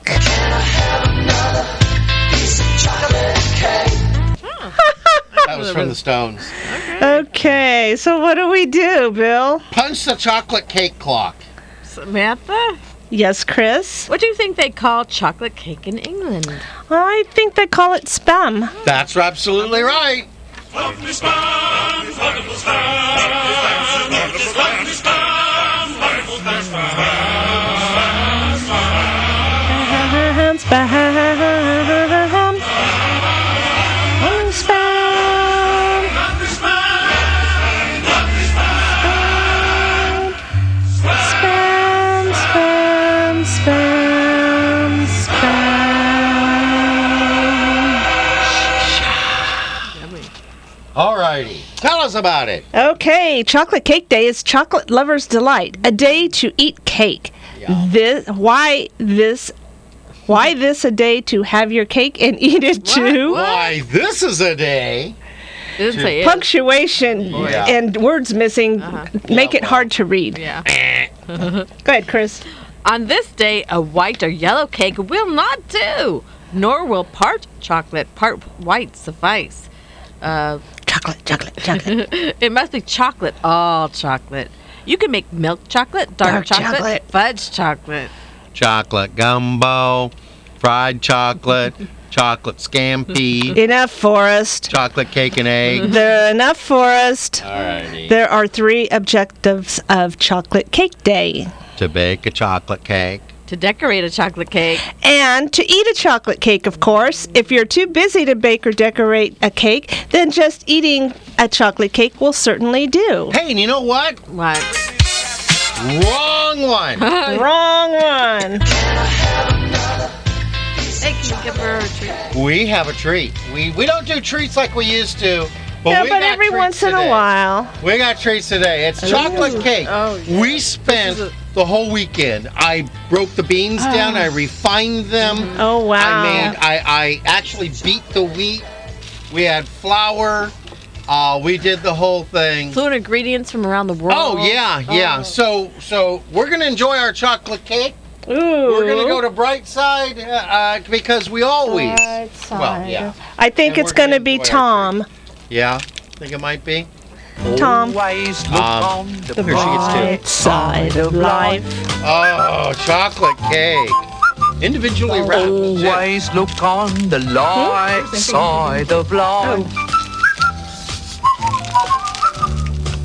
Speaker 1: That was from the Stones.
Speaker 3: Okay, so what do we do, Bill?
Speaker 1: Punch the chocolate cake clock.
Speaker 2: Samantha,
Speaker 3: Yes, Chris?
Speaker 2: what do you think they call chocolate cake in England?
Speaker 3: I think they call it spam.
Speaker 1: That's absolutely right.
Speaker 3: Spam, spam. Oh, spam. Spam, spam, spam, spam.
Speaker 1: Alrighty. Tell us about it.
Speaker 3: Okay, Chocolate Cake Day is Chocolate Lover's Delight, a day to eat cake. This why this why this a day to have your cake and eat it too?
Speaker 1: Why, this is a day.
Speaker 2: It didn't say it.
Speaker 3: Punctuation
Speaker 1: Oh, Yeah. Uh-huh.
Speaker 3: and words missing make it hard to read.
Speaker 2: Yeah.
Speaker 3: Go ahead, Chris.
Speaker 2: On this day, a white or yellow cake will not do, nor will part chocolate, part white suffice. Uh,
Speaker 3: Chocolate, chocolate, chocolate.
Speaker 2: (laughs) it must be chocolate, all chocolate. You can make milk chocolate, dark,
Speaker 3: Dark
Speaker 2: chocolate,
Speaker 3: chocolate.
Speaker 2: fudge chocolate.
Speaker 1: Chocolate gumbo, fried
Speaker 3: (laughs)
Speaker 1: chocolate, chocolate scampi,
Speaker 3: enough forest.
Speaker 1: chocolate cake and egg.
Speaker 3: There are enough forest.
Speaker 1: Mm-hmm. Alrighty.
Speaker 3: There are three objectives of Chocolate Cake Day.
Speaker 1: To bake a chocolate cake.
Speaker 2: To decorate a chocolate cake,
Speaker 3: And to eat a chocolate cake, of course. If you're too busy to bake or decorate a cake, then just eating a chocolate cake will
Speaker 1: (laughs)
Speaker 3: certainly do.
Speaker 1: Hey, and you know what?
Speaker 2: what?
Speaker 1: Wrong
Speaker 3: (laughs)
Speaker 1: one.
Speaker 3: Wrong one.
Speaker 2: Hey, can you give her a treat?
Speaker 1: we have a treat. We we don't do treats like we used to. But,
Speaker 3: Yeah,
Speaker 1: we
Speaker 3: but
Speaker 1: got
Speaker 3: every
Speaker 1: treats
Speaker 3: once in
Speaker 1: today.
Speaker 3: a while.
Speaker 1: We got treats today. It's chocolate cake.
Speaker 2: Oh, yeah.
Speaker 1: We spent
Speaker 2: This is
Speaker 1: the whole weekend. I broke the beans
Speaker 3: Ah.
Speaker 1: down. I refined them.
Speaker 3: Oh,
Speaker 1: I
Speaker 3: wow.
Speaker 1: made. I, I actually beat the wheat. We had flour. Uh, we did the whole thing.
Speaker 2: Fluent ingredients from around the world.
Speaker 1: Oh yeah, yeah. So so we're gonna enjoy our chocolate cake.
Speaker 3: Ooh.
Speaker 1: We're gonna go to Brightside uh, uh, because we always. Well, yeah,
Speaker 3: I think
Speaker 1: And
Speaker 3: it's
Speaker 1: we're gonna
Speaker 3: going to be
Speaker 1: enjoy our
Speaker 3: Tom.
Speaker 1: yeah. Think it might be.
Speaker 3: Tom.
Speaker 1: Um, here she gets two.
Speaker 3: Side of life.
Speaker 1: Oh, chocolate cake. Individually wrapped. too.
Speaker 9: Always look on the light side of life.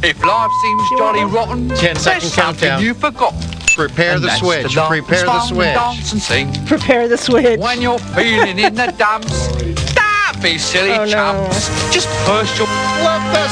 Speaker 9: If life seems jolly rotten,
Speaker 1: Ten second
Speaker 9: there's something
Speaker 1: countdown.
Speaker 9: You forgot.
Speaker 1: Prepare
Speaker 9: and
Speaker 1: the
Speaker 9: that's
Speaker 1: switch.
Speaker 9: dance,
Speaker 1: Prepare the
Speaker 9: dance,
Speaker 1: switch.
Speaker 9: Dance and sing
Speaker 3: Prepare the switch.
Speaker 9: when you're feeling in the dumps. Don't be silly
Speaker 3: Oh, no.
Speaker 9: chumps. Just push your
Speaker 1: Flip the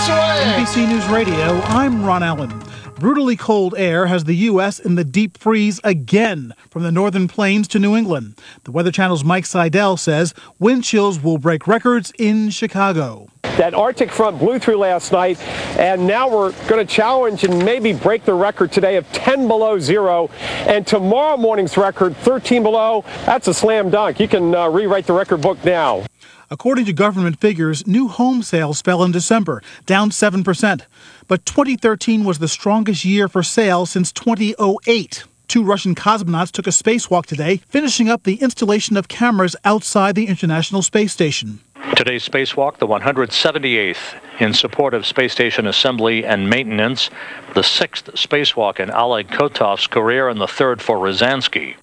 Speaker 1: switch.
Speaker 8: NBC News Radio, I'm Ron Allen. Brutally cold air has the U.S. in the deep freeze again from the northern plains to New England. The Weather Channel's Mike Seidel says wind chills will break records in Chicago.
Speaker 10: That Arctic front blew through last night, and now we're going to challenge and maybe break the record today of 10 below zero. And tomorrow morning's record, 13 below, that's a slam dunk. You can uh, rewrite the record book now.
Speaker 8: According to government figures, new home sales fell in December, down 7%. But 2013 was the strongest year for sales since 2008. Two Russian cosmonauts took a spacewalk today, finishing up the installation of cameras outside the International Space Station.
Speaker 10: Today's spacewalk, the 178th, in support of space station assembly and maintenance, the sixth spacewalk in Oleg Kotov's career, and the third for Rosansky.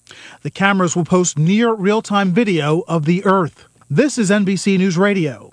Speaker 8: The cameras will post near real time video of the Earth. This is NBC News Radio.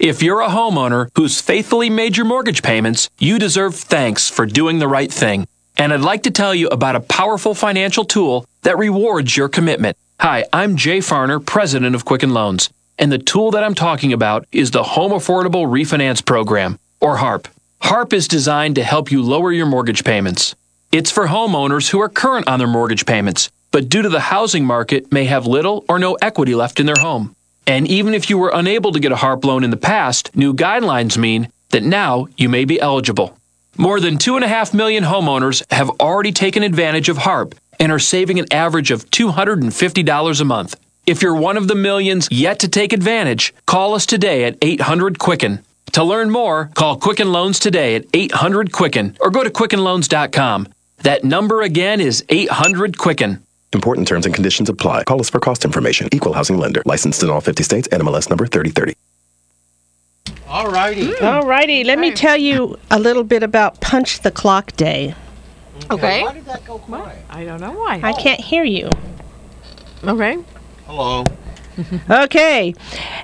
Speaker 10: If you're a homeowner who's faithfully made your mortgage payments, you deserve thanks for doing the right thing. And I'd like to tell you about a powerful financial tool that rewards your commitment. Hi, I'm Jay Farner, president of Quicken Loans. And the tool that I'm talking about is the Home Affordable Refinance Program, or HARP. HARP is designed to help you lower your mortgage payments. It's for homeowners who are current on their mortgage payments, but due to the housing market, may have little or no equity left in their home. And even if you were unable to get a HARP loan in the past, new guidelines mean that now you may be eligible. More than 2.5 million homeowners have already taken advantage of HARP and are saving an average of $250 a month. If you're one of the millions yet to take advantage, call us today at 800 Quicken. To learn more, call Quicken Loans today at 800 Quicken or go to QuickenLoans.com. That number again is 800 Quicken.
Speaker 11: Important terms and conditions apply. Call us for cost information. Equal housing lender. Licensed in all 50 states. NMLS number 3030.
Speaker 3: Mm.
Speaker 1: Alrighty.
Speaker 3: Alrighty, let me tell you a little bit about Punch the Clock Day.
Speaker 2: Okay.
Speaker 1: Why did that go quiet?
Speaker 2: I don't know why.
Speaker 3: I can't hear you.
Speaker 2: Okay.
Speaker 1: Hello.
Speaker 3: okay.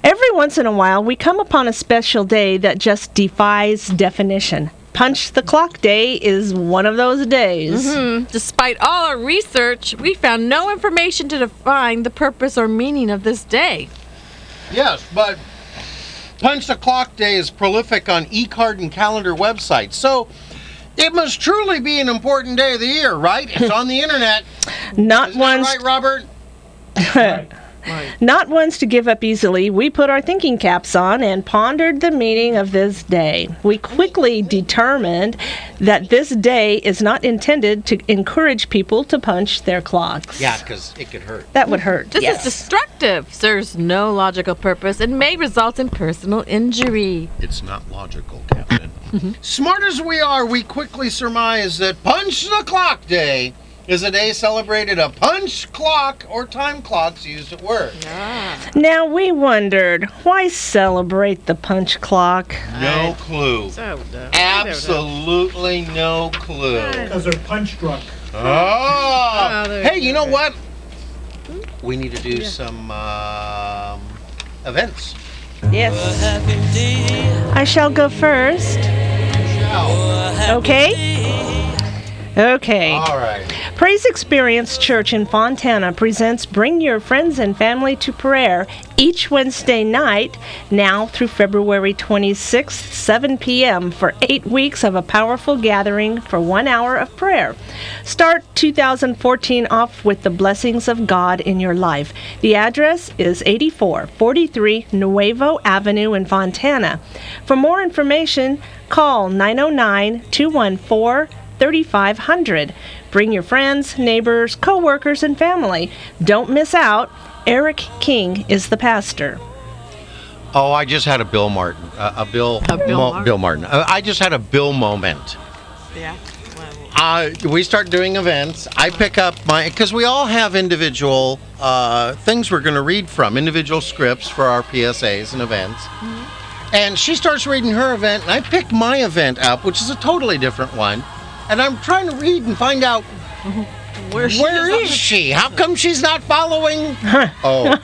Speaker 3: Every once in a while, we come upon a special day that just defies definition. Punch the Clock Day is one of those days.
Speaker 2: Mhm. Despite all our research, we found no information to define the purpose or meaning of this day.
Speaker 1: Yes, but Punch the Clock Day is prolific on e-card and calendar websites, so it must truly be an important day of the year, right? It's on the internet.
Speaker 3: Not ones,
Speaker 1: Right, Robert?
Speaker 3: not ones to give up easily. We put our thinking caps on and pondered the meaning of this day. We quickly determined that this day is not intended to encourage people to punch their clocks.
Speaker 1: Yeah, because it could hurt.
Speaker 3: That would hurt.
Speaker 2: This
Speaker 3: yes.
Speaker 2: is destructive, serves no logical purpose, and may result in personal injury.
Speaker 1: It's not logical, Captain. Smart as we are, we quickly surmise that Punch the Clock Day is a day celebrated of punch clock or time clocks used at work.
Speaker 3: Now we wondered why celebrate the punch clock?
Speaker 1: No clue. Absolutely no clue.
Speaker 8: Because they're punch drunk.
Speaker 1: Oh.
Speaker 8: Oh, there
Speaker 1: hey,
Speaker 8: you
Speaker 1: you know
Speaker 8: go.
Speaker 1: what? We need to do some um, events.
Speaker 3: Yes. I shall go first. Okay. Okay.
Speaker 1: All right.
Speaker 3: Praise Experience Church in Fontana presents Bring Your Friends and Family to Prayer each Wednesday night, now through February 26th, 7 p.m., for eight weeks of a powerful gathering for one hour of prayer. Start 2014 off with the blessings of God in your life. The address is 8443 Nuevo Avenue in Fontana. For more information, call 909 214 3500. Bring your friends, neighbors, coworkers, and family. Don't miss out. Eric King is the pastor.
Speaker 1: Oh, I just had a Bill Martin. Uh, a Bill. A
Speaker 3: Bill Martin.
Speaker 1: Bill Martin. Uh, I just had a Bill moment.
Speaker 2: Yeah.
Speaker 1: Uh, we start doing events. I pick up my because we all have individual uh, things we're going to read from, individual scripts for our PSAs and events. And she starts reading her event, and I pick my event up, which is a totally different one. And I'm trying to read and find out
Speaker 2: where,
Speaker 1: she is, she? How come she's not following? oh,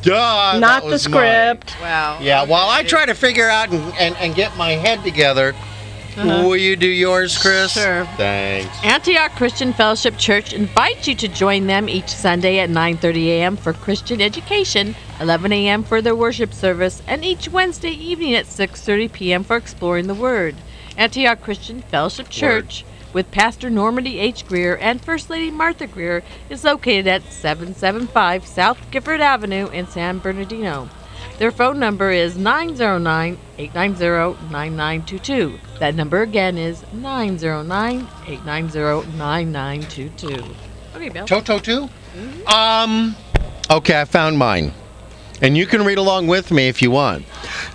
Speaker 1: duh.
Speaker 3: Not the script.
Speaker 2: Wow.
Speaker 1: Yeah, while I try to figure out and, and, and get my head together,
Speaker 2: Uh-huh.
Speaker 1: will you do yours, Chris?
Speaker 2: Sure.
Speaker 1: Thanks.
Speaker 2: Antioch Christian Fellowship Church invites you to join them each Sunday at 9:30 a.m. for Christian education, 11 a.m. for their worship service, and each Wednesday evening at 6:30 p.m. for exploring the Word. Antioch Christian Fellowship Church, with Pastor Normandy H. Greer and First Lady Martha Greer, is located at 775 South Gifford Avenue in San Bernardino. Their phone number is 909 890 9922. That number again is 909 890 9922. Okay, Bill.
Speaker 1: Toto too? Um, okay, I found mine. And you can read along with me if you want.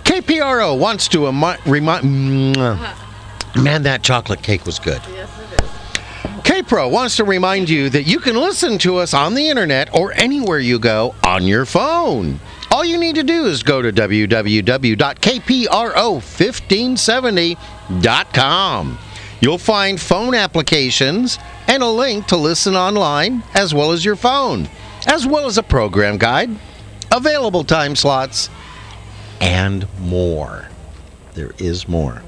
Speaker 1: KPRO wants to remind. Man, that chocolate cake was good. Yes, it is. KPRO wants to remind you that you can listen to us on the internet or anywhere you go on your phone. All you need to do is go to www.kpro1570.com. You'll find phone applications and a link to listen online as well as your phone, as well as a program guide, available time slots, and more. There is more.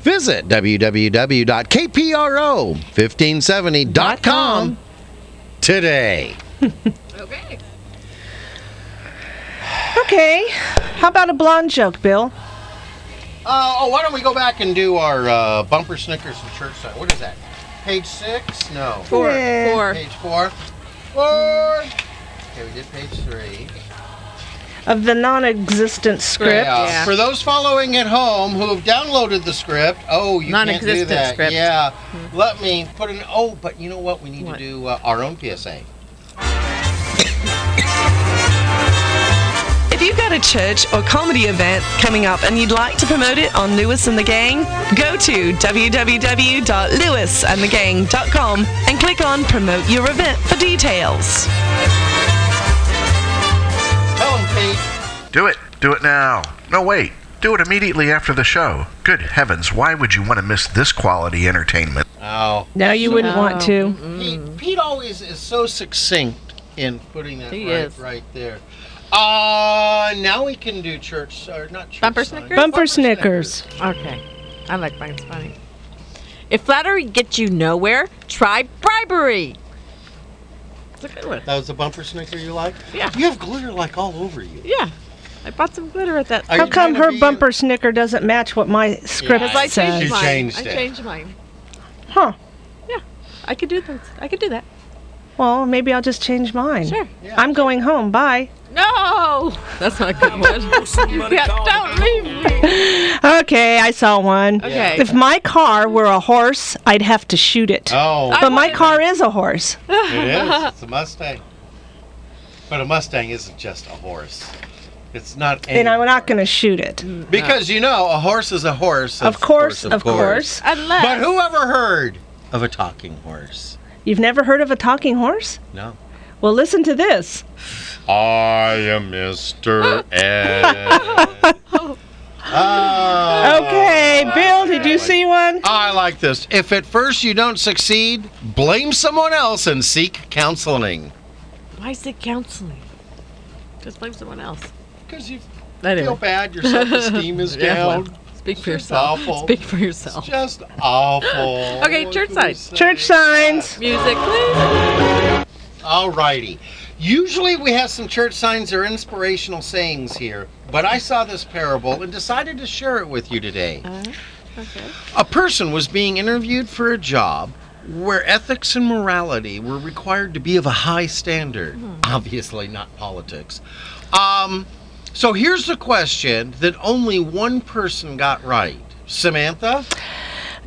Speaker 1: Visit www.kpro1570.com today.
Speaker 3: Okay. How about a blonde joke, Bill?
Speaker 1: Uh, oh, why don't we go back and do our uh, bumper Snickers and church side? What is that? Page six? No.
Speaker 2: Four. Yeah. Four.
Speaker 1: Page four. Four. Okay, we did page three.
Speaker 3: Of the non existent script.
Speaker 1: Yeah. uh, For those following at home who have downloaded the script, oh, you can't do
Speaker 2: Non-existent
Speaker 1: that.
Speaker 2: script. Hmm.
Speaker 1: Yeah. Let me put an. Oh, but you know what? We need to do uh, our own PSA.
Speaker 4: If you've got a church or comedy event coming up and you'd like to promote it on Lewis and the Gang, go to www.lewisandthegang.com and click on Promote Your Event for details.
Speaker 1: Tell them, Pete.
Speaker 7: Do it. Do it now. No, wait. Do it immediately after the show. Oh, Good heavens, why would you want to miss this quality entertainment?
Speaker 1: Oh.
Speaker 3: No, you wouldn't want to.
Speaker 1: Mm-hmm.
Speaker 3: Mm.
Speaker 1: Pete, Pete always is so succinct in putting that
Speaker 2: He
Speaker 1: right,
Speaker 2: is.
Speaker 1: right there. Uh, now we can do church, or not church.
Speaker 2: Bumper
Speaker 1: sign.
Speaker 2: Snickers?
Speaker 3: Bumper Snickers.
Speaker 2: Okay. I like mine's funny. If flattery gets you nowhere, try bribery. It's a good one.
Speaker 1: That was the bumper snicker you like?
Speaker 2: Yeah.
Speaker 1: You have glitter like all over you.
Speaker 2: Yeah. I bought some glitter at that.
Speaker 1: Are
Speaker 3: How
Speaker 1: you trying
Speaker 3: come
Speaker 1: to
Speaker 3: her
Speaker 1: be
Speaker 3: bumper snicker doesn't match what my script
Speaker 2: Because I
Speaker 3: says?
Speaker 2: changed mine.
Speaker 1: changed
Speaker 2: I
Speaker 1: it.
Speaker 2: changed mine.
Speaker 3: Huh.
Speaker 2: Yeah. I could do that. I could do that.
Speaker 3: Well, maybe I'll just change mine.
Speaker 2: Sure.
Speaker 3: I'm going home. Bye. (laughs)
Speaker 2: No! That's not a (laughs) good one. You can't- don't leave me.
Speaker 3: Okay, I saw one.
Speaker 2: Okay.
Speaker 3: If my car were a horse, I'd have to shoot it.
Speaker 1: Oh.
Speaker 3: But my car is a horse.
Speaker 1: it
Speaker 3: (laughs)
Speaker 1: is. It's a Mustang. But a Mustang isn't just a horse. It's not any.
Speaker 3: And I'm not going to shoot it.
Speaker 1: because, you know, a horse is a horse.
Speaker 3: Mm. Of course, of course.
Speaker 2: Unless.
Speaker 1: But who ever heard of a talking horse?
Speaker 3: You've never heard of a talking horse?
Speaker 1: No.
Speaker 3: Well, listen to this.
Speaker 1: I am
Speaker 2: (laughs)
Speaker 1: Mr. Ed. Ah.
Speaker 3: Okay, Bill, did you Oh, see one?
Speaker 1: I like this. If at first you don't succeed, blame someone else and seek counseling.
Speaker 2: Why is it counseling? Just blame someone else.
Speaker 1: Because you feel
Speaker 2: Anyway.
Speaker 1: bad, your self-esteem is
Speaker 2: (laughs) Yeah, well,
Speaker 1: down.
Speaker 2: Speak for
Speaker 1: It's just
Speaker 2: yourself.
Speaker 1: awful.
Speaker 2: Speak for yourself.
Speaker 1: Just awful.
Speaker 2: Okay, church side.
Speaker 3: Church signs.
Speaker 2: Music, please.
Speaker 1: Alrighty. Usually we have some church signs or inspirational sayings here, but I saw this parable and decided to share it with you today.
Speaker 2: Okay.
Speaker 1: A person was being interviewed for a job where ethics and morality were required to be of a high standard. Obviously, not politics. Um, so here's the question that only one person got right. Samantha?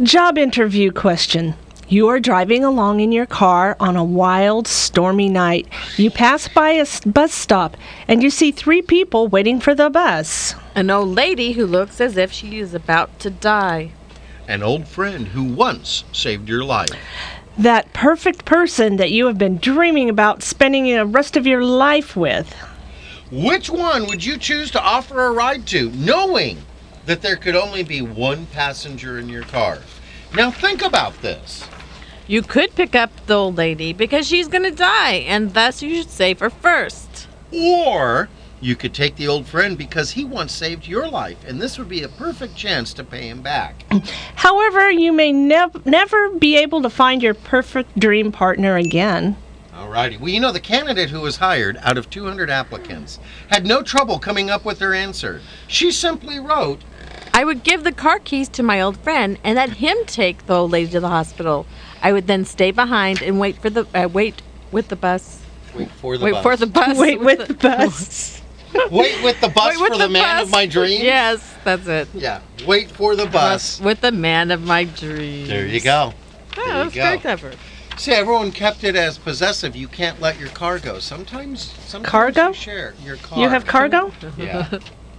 Speaker 3: Job interview question. You are driving along in your car on a wild, stormy night. You pass by a s- bus stop and you see three people waiting for the bus.
Speaker 2: An old lady who looks as if she is about to die.
Speaker 1: An old friend who once saved your life.
Speaker 3: That perfect person that you have been dreaming about spending the rest of your life with.
Speaker 1: Which one would you choose to offer a ride to, knowing that there could only be one passenger in your car? Now, think about this.
Speaker 2: You could pick up the old lady because she's gonna die, and thus you should save her first.
Speaker 1: Or you could take the old friend because he once saved your life, and this would be a perfect chance to pay him back.
Speaker 3: However, you may nev- never be able to find your perfect dream partner again.
Speaker 1: Alrighty. Well, you know, the candidate who was hired out of 200 applicants had no trouble coming up with her answer. She simply wrote,
Speaker 2: I would give the car keys to my old friend and let him take the old lady to the hospital. I would then stay behind and wait for the uh, wait with the bus.
Speaker 1: Wait for the
Speaker 2: wait
Speaker 1: bus.
Speaker 2: for the bus.
Speaker 3: Wait with the bus.
Speaker 1: Wait with the bus
Speaker 2: Wait with
Speaker 1: for the, man of
Speaker 2: bus.
Speaker 1: my dreams.
Speaker 2: Yes, that's it.
Speaker 1: Yeah. Wait for the bus.
Speaker 2: With the man of my dreams.
Speaker 1: There you go. you
Speaker 2: Oh, that's very
Speaker 1: go.
Speaker 2: clever.
Speaker 1: See, everyone kept it as possessive. You can't let your car go. Sometimes, sometimes
Speaker 3: Cargo?
Speaker 1: you share your car.
Speaker 3: You have cargo?
Speaker 1: Yeah.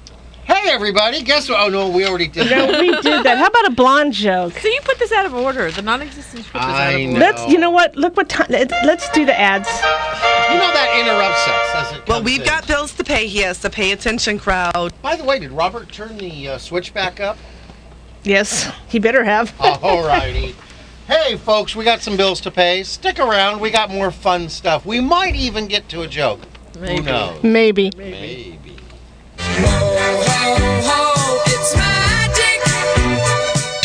Speaker 1: (laughs) hey, everybody! Guess what? Oh no, we already did. that.
Speaker 3: we did that. How about a blonde joke?
Speaker 2: So you put this out of order. The non-existent script is out
Speaker 1: I
Speaker 2: of order.
Speaker 1: know.
Speaker 3: Let's. You know what? Look what time. Let's do the ads.
Speaker 1: You know that interrupts us as it
Speaker 4: Well,
Speaker 1: comes
Speaker 4: we've
Speaker 1: in.
Speaker 4: got bills to pay here, so pay attention, crowd.
Speaker 1: By the way, did Robert turn the uh, switch back up?
Speaker 3: Yes, he better have.
Speaker 1: Alrighty. hey, folks, we got some bills to pay. Stick around. We got more fun stuff. We might even get to a joke. Who knows?
Speaker 3: Maybe.
Speaker 1: Maybe.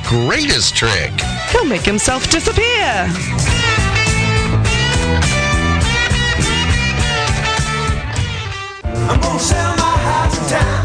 Speaker 12: greatest trick.
Speaker 4: He'll make himself disappear.
Speaker 5: I'm gonna sell my house in town.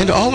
Speaker 12: And all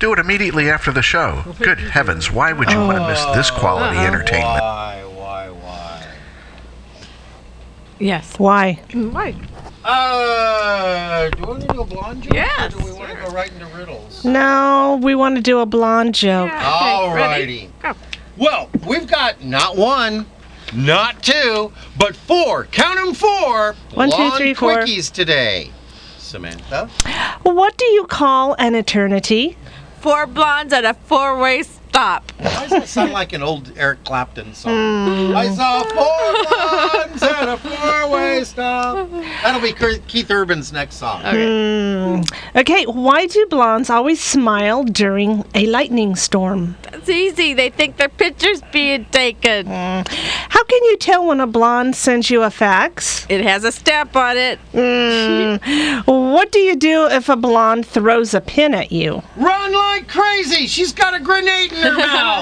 Speaker 7: Do it immediately after the show. Good heavens, why would you want to miss this quality entertainment?
Speaker 1: Why, why, why?
Speaker 2: Yes. Mm,
Speaker 3: Why?
Speaker 2: Why?
Speaker 1: Uh, do we want to do a blonde joke?
Speaker 2: Yes,
Speaker 1: Or do we want to go right into riddles?
Speaker 3: No, we want to do a blonde joke.
Speaker 1: All righty. Well, we've got not one, not two, but four. Count them four.
Speaker 3: One, two,
Speaker 1: blonde
Speaker 3: three, four.
Speaker 1: quickies today.
Speaker 3: (laughs)
Speaker 1: Samantha.
Speaker 3: What do you call an eternity?
Speaker 2: Four blondes at a four-way stop.
Speaker 1: Why does that sound like an old Eric Clapton song?
Speaker 3: Hmm.
Speaker 1: I saw four blondes at a four-way stop. That'll be Keith- Keith Urban's next song.
Speaker 3: Hmm. Okay, why do blondes always smile during a lightning storm?
Speaker 2: It's easy. They think their picture's being taken.
Speaker 5: Mm.
Speaker 3: How can you tell when a blonde sends you a fax?
Speaker 2: It has a stamp on it.
Speaker 3: Hmm. what do you do if a blonde throws a pin at you?
Speaker 1: Run like crazy. She's got a grenade
Speaker 3: (laughs)
Speaker 1: in her mouth.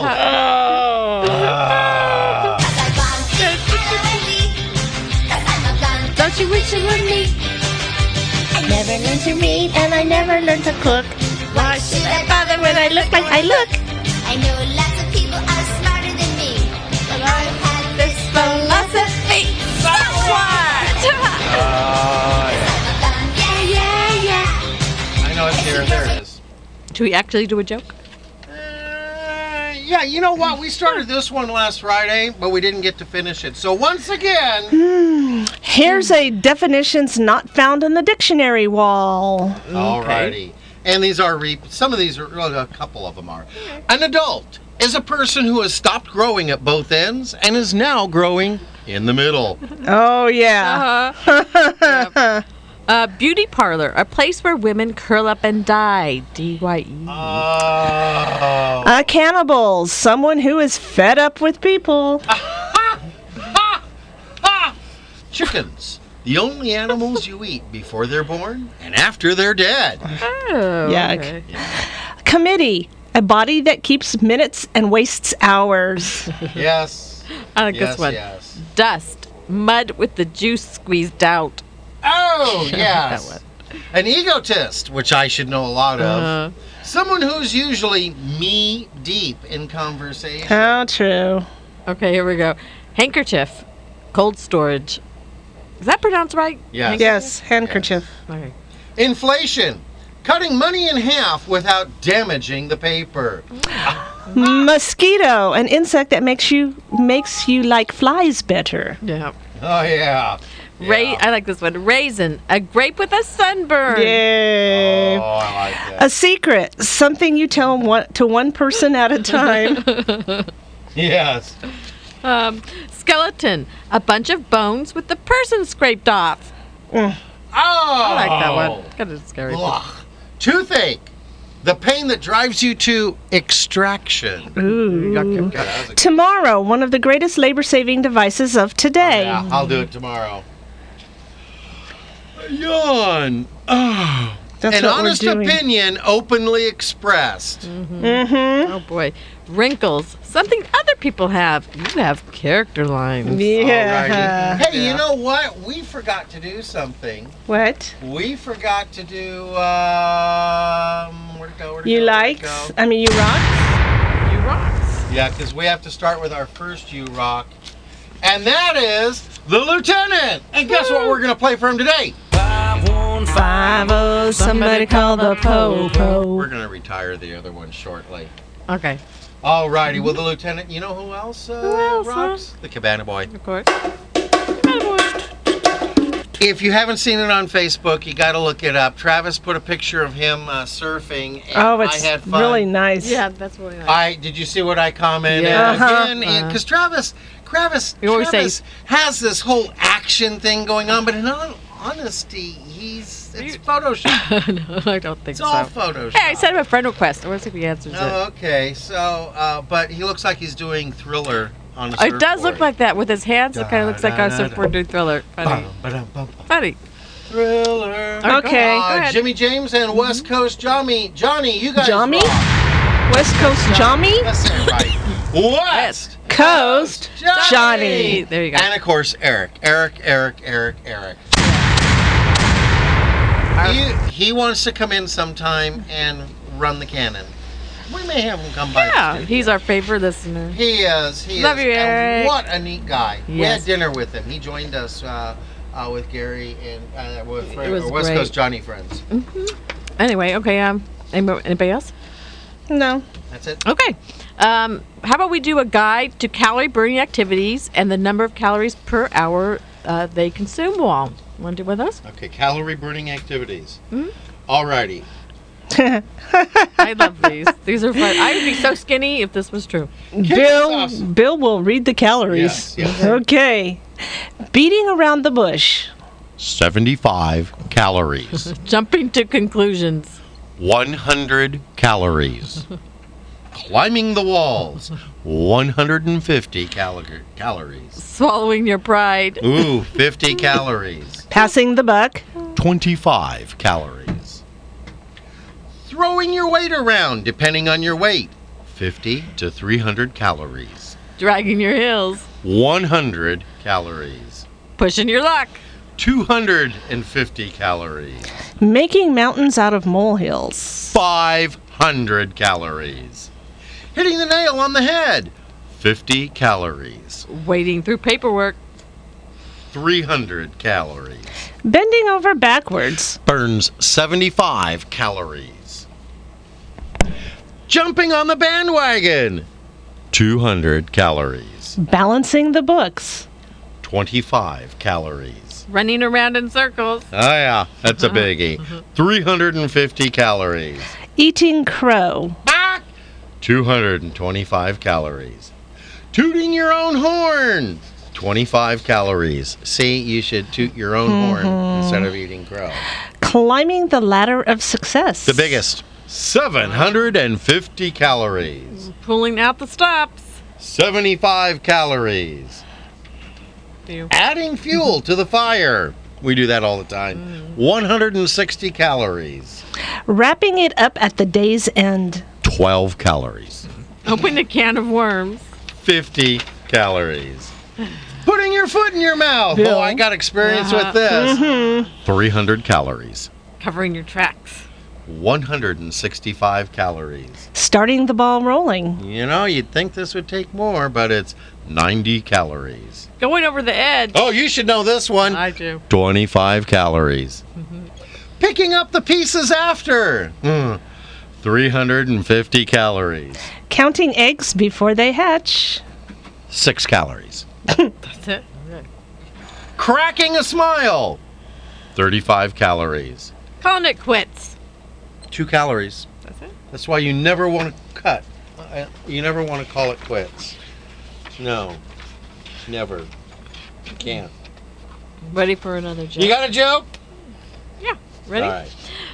Speaker 5: Don't you wish you were me? I never learned to read and I never learned to cook. Why should I bother when I look like I look? I know lots of people are smarter than me, but I have this philosophy. So what? yeah, yeah, yeah.
Speaker 1: I know it's here. There it is.
Speaker 2: Do we actually do a joke?
Speaker 1: Uh, yeah, you know what? We started this one last Friday, but we didn't get to finish it. So once again,
Speaker 3: Here's a definitions not found on the dictionary wall.
Speaker 2: Mm-hmm.
Speaker 1: alrighty. And these are re- some of these are well, a couple of them are. An adult is a person who has stopped growing at both ends and is now growing in the
Speaker 2: (laughs)
Speaker 1: middle.
Speaker 3: Oh yeah.
Speaker 5: (laughs)
Speaker 2: Uh-huh. Yep. Uh, beauty parlor, a place where women curl up and dye. D Y E.
Speaker 5: Uh-huh.
Speaker 1: Oh.
Speaker 3: A cannibal, someone who is fed up with people.
Speaker 1: chickens. The only animals you eat before they're born and after they're dead.
Speaker 2: (laughs) Oh,
Speaker 3: Yuck. Committee, a body that keeps minutes and wastes hours.
Speaker 1: Yes.
Speaker 2: I like
Speaker 1: Yes,
Speaker 2: this one. (laughs)
Speaker 1: yes.
Speaker 2: Dust, mud with the juice squeezed out.
Speaker 1: Oh,
Speaker 2: That
Speaker 1: yes.
Speaker 2: one.
Speaker 1: An egotist, which I should know a lot of.
Speaker 2: Uh-huh.
Speaker 1: Someone who's usually me deep in conversation.
Speaker 3: How Oh, true.
Speaker 2: Okay, here we go. Handkerchief, cold storage. Is that pronounced right?
Speaker 1: Yes.
Speaker 3: Yes, handkerchief.
Speaker 2: Okay.
Speaker 1: Inflation. Cutting money in half without damaging the paper.
Speaker 3: Mosquito, an insect that makes you makes you like flies better.
Speaker 2: Yeah.
Speaker 1: Oh yeah.
Speaker 2: Ray, I like this one. Raisin, a grape with a sunburn.
Speaker 3: Yay.
Speaker 1: Oh, I like that.
Speaker 3: A secret, something you tell one, to one person (laughs) at a time.
Speaker 1: Yes.
Speaker 2: Um, skeleton, a bunch of bones with the person scraped off.
Speaker 1: Oh. I
Speaker 2: like that one. Kind of scary.
Speaker 1: Oh. Ugh. Toothache. The pain that drives you to extraction.
Speaker 3: Ooh.
Speaker 1: Okay, that was a-
Speaker 3: Tomorrow, one of the greatest labor-saving devices of today.
Speaker 1: yeah, I'll do it tomorrow. Yawn. Oh.
Speaker 3: That's
Speaker 1: An
Speaker 3: what we're
Speaker 1: honest
Speaker 3: doing.
Speaker 1: opinion openly expressed.
Speaker 3: Mm-hmm.
Speaker 2: Oh boy, wrinkles, something other people have. You have character lines.
Speaker 3: Yeah.
Speaker 1: Hey, you know what? We forgot to do something.
Speaker 3: What?
Speaker 1: We forgot to do. Um, where'd it go? Where'd it
Speaker 3: You
Speaker 1: go? Where'd it
Speaker 3: likes?
Speaker 1: go?
Speaker 3: I mean, you rocks?
Speaker 2: You rocks.
Speaker 1: Yeah, because we have to start with our first you rock, and that is the lieutenant. And guess what? We're gonna play for him today.
Speaker 3: Five oh, somebody call the
Speaker 1: We're
Speaker 3: po-po.
Speaker 1: gonna retire the other one shortly.
Speaker 2: Okay,
Speaker 1: Alrighty, well the lieutenant. You know who else? Uh,
Speaker 2: else, huh?
Speaker 1: rocks? The Cabana Boy.
Speaker 2: of course.
Speaker 1: If you haven't seen it on Facebook, you got to look it up. Travis put a picture of him uh, surfing. And
Speaker 3: Oh, it's
Speaker 1: I had fun.
Speaker 3: really nice.
Speaker 2: Yeah, that's really nice.
Speaker 1: I did you see what I commented
Speaker 2: Yeah.
Speaker 3: Uh-huh.
Speaker 1: again? Because Travis, Travis,
Speaker 2: You always say-
Speaker 1: Travis has this whole action thing going on, but in all honesty, he's it's Photoshop.
Speaker 2: (laughs) no, I don't think
Speaker 1: It's
Speaker 2: so.
Speaker 1: all Photoshop.
Speaker 2: Hey, I sent him a friend request. I want to see if he answers
Speaker 1: Oh, okay. So, uh, but he looks like he's doing Thriller on a
Speaker 2: it. It does look
Speaker 1: surfboard.
Speaker 2: like that with his hands. It kind of looks like a
Speaker 1: Da-da-da-da.
Speaker 2: surfboard dude thriller. Funny.
Speaker 1: Bum, ba-dum, bum, bum.
Speaker 2: Funny.
Speaker 1: Thriller.
Speaker 3: Okay.
Speaker 2: Oh. Go
Speaker 1: Uh,
Speaker 2: ahead.
Speaker 1: Jimmy James and West Coast Johnny. Johnny, you guys.
Speaker 3: Johnny?
Speaker 1: rock.
Speaker 3: West Coast Johnny?
Speaker 1: That's not
Speaker 2: (laughs)
Speaker 1: right. West.
Speaker 3: Coast
Speaker 1: Johnny.
Speaker 3: Johnny.
Speaker 2: There you go.
Speaker 1: And of course, Eric. Eric, Eric, Eric, Eric. He, he wants to come in sometime and run the cannon. We may have him come by. the
Speaker 2: Yeah,
Speaker 1: studio.
Speaker 2: he's our favorite listener.
Speaker 1: He is. He
Speaker 2: Love
Speaker 1: is.
Speaker 2: you,
Speaker 1: and
Speaker 2: Eric.
Speaker 1: what a neat guy. We
Speaker 2: Yes.
Speaker 1: had dinner with him. He joined us uh, uh, with Gary and uh, with
Speaker 2: It was
Speaker 1: or West
Speaker 2: great.
Speaker 1: Coast Johnny friends.
Speaker 2: Anyway, okay. Um, anybo- anybody else?
Speaker 3: No.
Speaker 1: That's it.
Speaker 2: Okay. Um, how about we do a guide to calorie burning activities and the number of calories per hour uh, they consume while? Want to do one of those?
Speaker 1: Okay, calorie burning activities.
Speaker 2: Mm-hmm.
Speaker 1: Alrighty.
Speaker 2: I love these. These are fun. I would be so skinny if this was true.
Speaker 3: Bill
Speaker 1: us.
Speaker 3: Bill will read the calories.
Speaker 1: Yes, yes.
Speaker 3: Okay. Beating around the bush.
Speaker 1: 75 calories,
Speaker 2: Jumping to conclusions.
Speaker 1: 100 calories. Climbing the walls, 150 calor- calories.
Speaker 2: Swallowing your pride.
Speaker 1: Ooh, 50 calories.
Speaker 3: Passing the buck.
Speaker 1: 25 calories. Throwing your weight around, depending on your weight, 50 to 300 calories.
Speaker 2: Dragging your heels.
Speaker 1: 100 calories.
Speaker 2: Pushing your luck.
Speaker 1: 250 calories.
Speaker 3: Making mountains out of molehills.
Speaker 1: 500 calories. Hitting the nail on the head, 50 calories.
Speaker 2: Wading through paperwork.
Speaker 1: 300 calories.
Speaker 3: Bending over backwards.
Speaker 1: Burns 75 calories. Jumping on the bandwagon, 200 calories.
Speaker 3: Balancing the books.
Speaker 1: 25 calories.
Speaker 2: Running around in circles.
Speaker 1: Oh, yeah, that's a biggie. 350 calories.
Speaker 3: Eating crow.
Speaker 1: 225 calories. Tooting your own horn. 25 calories. See, you should toot your own horn instead of eating crow.
Speaker 3: Climbing the ladder of success.
Speaker 1: The biggest 750 calories,
Speaker 2: Pulling out the stops.
Speaker 1: 75 calories. adding fuel to the fire. We do that all the time. 160 calories,
Speaker 3: Wrapping it up at the day's end.
Speaker 1: 12 calories,
Speaker 2: Open a can of worms.
Speaker 1: 50 calories. Putting your foot in your mouth. Oh, I got experience
Speaker 2: Uh-huh.
Speaker 1: with this.
Speaker 2: Mhm.
Speaker 1: 300 calories,
Speaker 2: Covering your tracks.
Speaker 1: 165 calories.
Speaker 3: Starting the ball rolling.
Speaker 1: You know, you'd think this would take more, but it's 90 calories.
Speaker 2: Going over the edge.
Speaker 1: Oh, you should know this one.
Speaker 2: I do.
Speaker 1: 25 calories. Picking up the pieces after. Hmm, 350 calories.
Speaker 3: Counting eggs before they hatch.
Speaker 1: 6 calories.
Speaker 2: That's it. Okay.
Speaker 1: Cracking a smile. 35 calories.
Speaker 2: Calling it quits.
Speaker 1: 2 calories.
Speaker 2: That's it.
Speaker 1: That's why you never want to cut. Uh, You never want to call it quits. No. Never. You can't.
Speaker 2: Ready for another joke?
Speaker 1: You got a joke?
Speaker 2: Yeah. Ready?
Speaker 1: All right.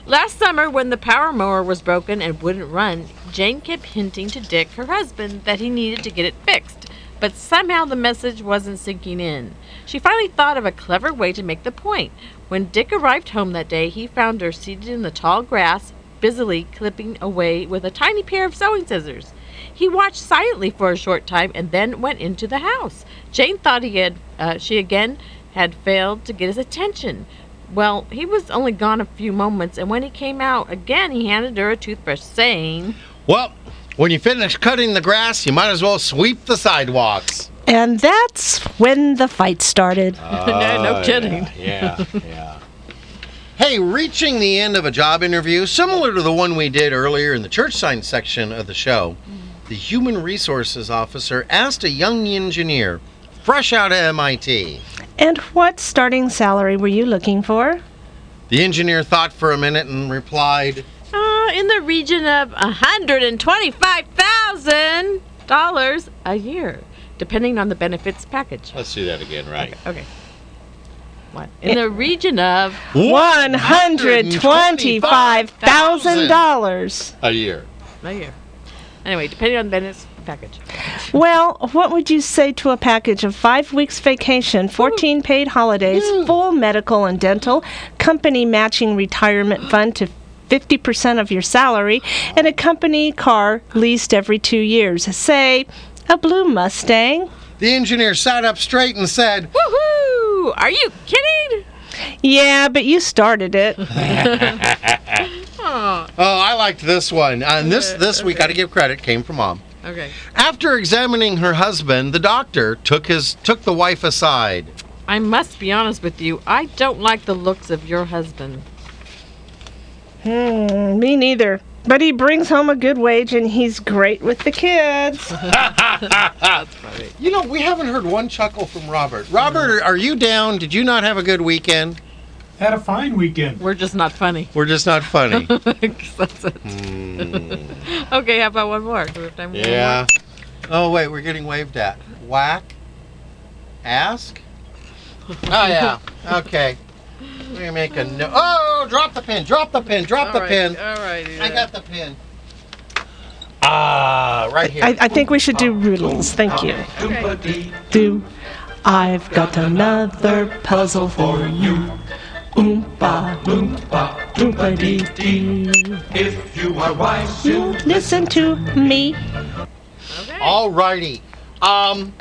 Speaker 2: Last summer, when the power mower was broken and wouldn't run, Jane kept hinting to Dick, her husband, that he needed to get it fixed. But somehow the message wasn't sinking in. She finally thought of a clever way to make the point. When Dick arrived home that day, he found her seated in the tall grass, busily clipping away with a tiny pair of sewing scissors. He watched silently for a short time and then went into the house. Jane thought he had, uh, she again had failed to get his attention. Well, he was only gone a few moments, and when he came out again, he handed her a toothbrush, saying,
Speaker 1: Well, when you finish cutting the grass, you might as well sweep the sidewalks.
Speaker 3: And that's when the fight started.
Speaker 2: (laughs) No, no kidding.
Speaker 1: Yeah, yeah. hey, reaching the end of a job interview, similar to the one we did earlier in the church sign section of the show, the human resources officer asked a young engineer, fresh out of MIT.
Speaker 3: And what starting salary were you looking for?
Speaker 1: The engineer thought for a minute and replied,
Speaker 2: uh, in the region of $125,000 a year, depending on the benefits package.
Speaker 1: Let's do that again, right?
Speaker 2: Okay. What? In (laughs) the region of
Speaker 3: $125,000.
Speaker 1: A year.
Speaker 2: a year. Anyway, depending on the benefits package.
Speaker 3: Well, what would you say to a package of five weeks vacation, 14 paid holidays, full medical and dental, company matching retirement fund to 50% of your salary, and a company car leased every two years? Say, a blue Mustang?
Speaker 1: The engineer sat up straight and said,
Speaker 2: Woohoo! Are you kidding?
Speaker 3: Yeah, but you started it.
Speaker 2: Oh,
Speaker 1: Oh, I liked this one. And
Speaker 2: (laughs)
Speaker 1: this this we got to give credit came from mom.
Speaker 2: okay.
Speaker 1: After examining her husband, the doctor took his took the wife aside.
Speaker 2: I must be honest with you. I don't like the looks of your husband.
Speaker 3: Hmm, me neither. But he brings home a good wage and he's great with the kids.
Speaker 1: You know, we haven't heard one chuckle from Robert. Robert,
Speaker 2: Mm-hmm.
Speaker 1: are- are you down? Did you not have a good weekend?
Speaker 13: Had a fine weekend.
Speaker 2: We're just not funny.
Speaker 1: We're just not
Speaker 2: (laughs)
Speaker 1: funny. (laughs)
Speaker 2: That's it.
Speaker 1: Hmm.
Speaker 2: Okay, how about one more? Do we have time for one more?
Speaker 1: yeah. Oh wait, we're getting waved at. Whack. Ask. Oh
Speaker 2: (laughs)
Speaker 1: yeah. Okay. We're gonna make a no. Oh, drop the pin. Drop the pin. Drop the pin.
Speaker 2: All right.
Speaker 1: I got the pin. Ah, right here.
Speaker 3: I, I think we should do riddles. Thank you. Do. I've got another puzzle for you. Oompa, loompa, doompa dee dee.
Speaker 13: If you are wise, you
Speaker 3: Listen to me.
Speaker 1: Alrighty. Um,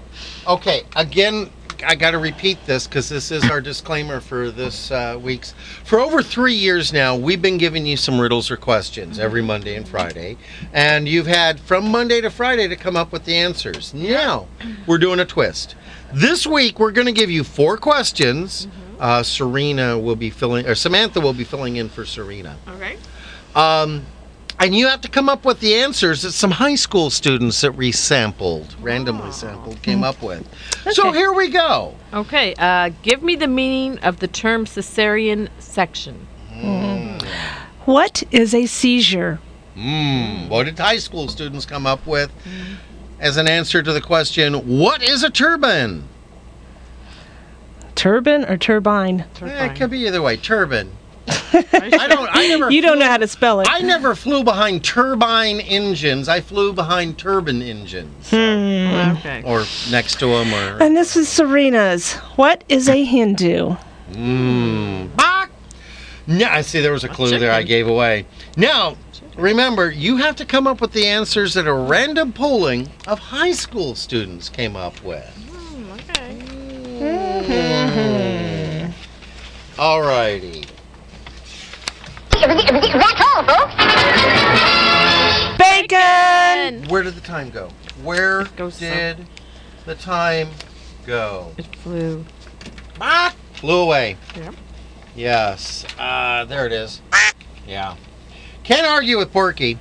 Speaker 1: okay. Again, I got to repeat this because this is our disclaimer for this uh, week's. For over three years now, we've been giving you some riddles or questions every Monday and Friday, and you've had from Monday to Friday to come up with the answers. Now we're doing a twist. This week we're going to give you four questions. Uh, Serena will be filling, or Samantha will be filling in for Serena.
Speaker 2: Okay.
Speaker 1: Um, and you have to come up with the answers that some high school students that we sampled,
Speaker 3: Ah.
Speaker 1: randomly sampled, came up with. So here we go.
Speaker 2: Okay. Uh, give me the meaning of the term cesarean section.
Speaker 3: What is a seizure?
Speaker 1: Mm, what did high school students come up with
Speaker 3: Mm.
Speaker 1: as an answer to the question, what is a turbine?
Speaker 3: Turbine or turbine? (laughs)
Speaker 1: Eh, it could be either way. Turbine. I don't. I never.
Speaker 3: You don't know how to spell it.
Speaker 1: I never flew behind turbine engines. I flew behind turbine engines,
Speaker 3: Hmm.
Speaker 1: or next to them, or
Speaker 3: And this is Serena's. What is a Hindu?
Speaker 1: Mmm. No, I see there was a clue there I gave away. Now, remember, you have to come up with the answers that a random polling of high school students came up with. okay. Mm-hmm. Alrighty.
Speaker 5: That's all, folks.
Speaker 3: Bacon!
Speaker 1: Where did the time go? Where did the time go? It
Speaker 2: flew.
Speaker 1: Ah! Flew away.
Speaker 2: Yep.
Speaker 1: Yes. Uh, there it is. Yeah. Can't argue with Porky.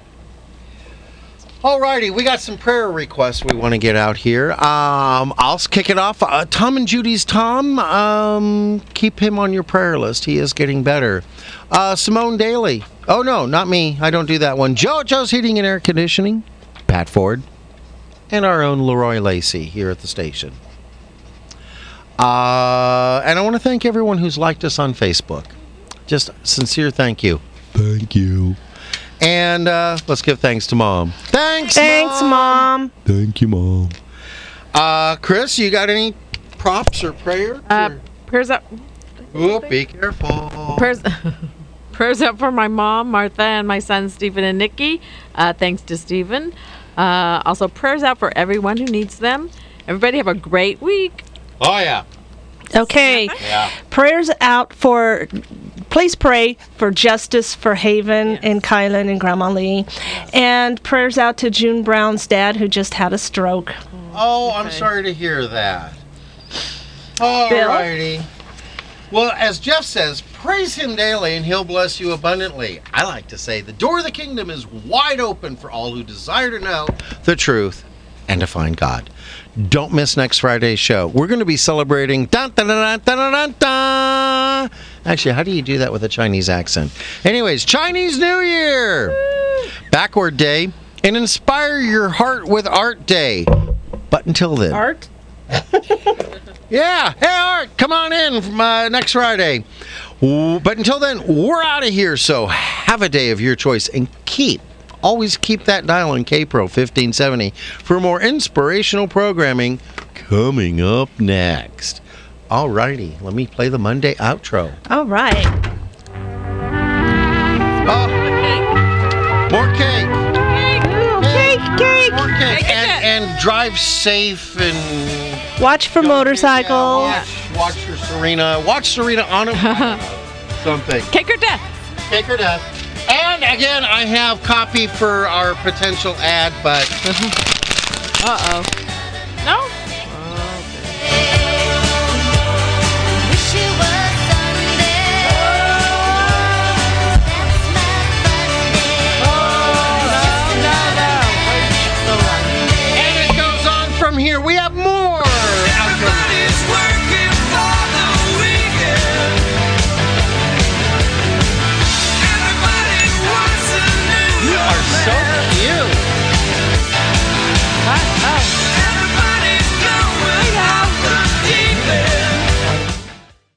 Speaker 1: Alrighty, we got some prayer requests we want to get out here. Um, I'll s- kick it off. Uh, Tom and Judy's Tom, um, keep him on your prayer list. He is getting better. Uh, Simone Daly. Oh, no, not me. I don't do that one. JoJo's Heating and Air Conditioning. Pat Ford. And our own Leroy Lacey here at the station. Uh, and I want to thank everyone who's liked us on Facebook. Just sincere thank you. Thank you. And uh, let's give thanks to Mom. Thanks,
Speaker 3: Thanks, Mom.
Speaker 1: Thank you, Mom. Uh, Chris, you got any props or prayers?
Speaker 2: Uh, prayers up.
Speaker 1: Ooh, be careful.
Speaker 2: Prayers. (laughs) Prayers up for my mom, Martha, and my sons, Stephen and Nikki. Uh, thanks to Stephen. Uh, also, prayers out for everyone who needs them. Everybody have a great week.
Speaker 1: Oh, yeah.
Speaker 3: Okay.
Speaker 1: Yeah.
Speaker 3: Prayers out for. Please pray for justice for Haven and Kylan and Grandma Lee. And prayers out to June Brown's dad, who just had a stroke.
Speaker 1: Oh, I'm sorry to hear that. Alrighty. Well, as Jeff says, praise him daily and he'll bless you abundantly. I like to say the door of the kingdom is wide open for all who desire to know the truth and to find God. Don't miss next Friday's show. We're going to be celebrating. Dun, dun, dun, dun, dun, dun, dun. Actually, how do you do that with a Chinese accent? Anyways, Chinese New Year! Backward Day and Inspire Your Heart with Art Day. But until then.
Speaker 3: Art?
Speaker 1: Yeah. Hey, Art, come on in from uh, next Friday. W- But until then, we're out of here. So have a day of your choice and keep, always keep that dial in KPRO 1570 for more inspirational programming coming up next. Alrighty, let me play the Monday outro.
Speaker 3: All right. Oh.
Speaker 1: More cake.
Speaker 3: Cake, cake.
Speaker 1: More cake. And, and drive safe and
Speaker 3: Watch for motorcycles.
Speaker 1: watch, watch for Serena. Watch Serena on a I don't know, something.
Speaker 2: Cake or death.
Speaker 1: Cake or death. And again, I have copy for our potential ad, but
Speaker 2: Uh oh. No?
Speaker 1: and it goes on from here. We have more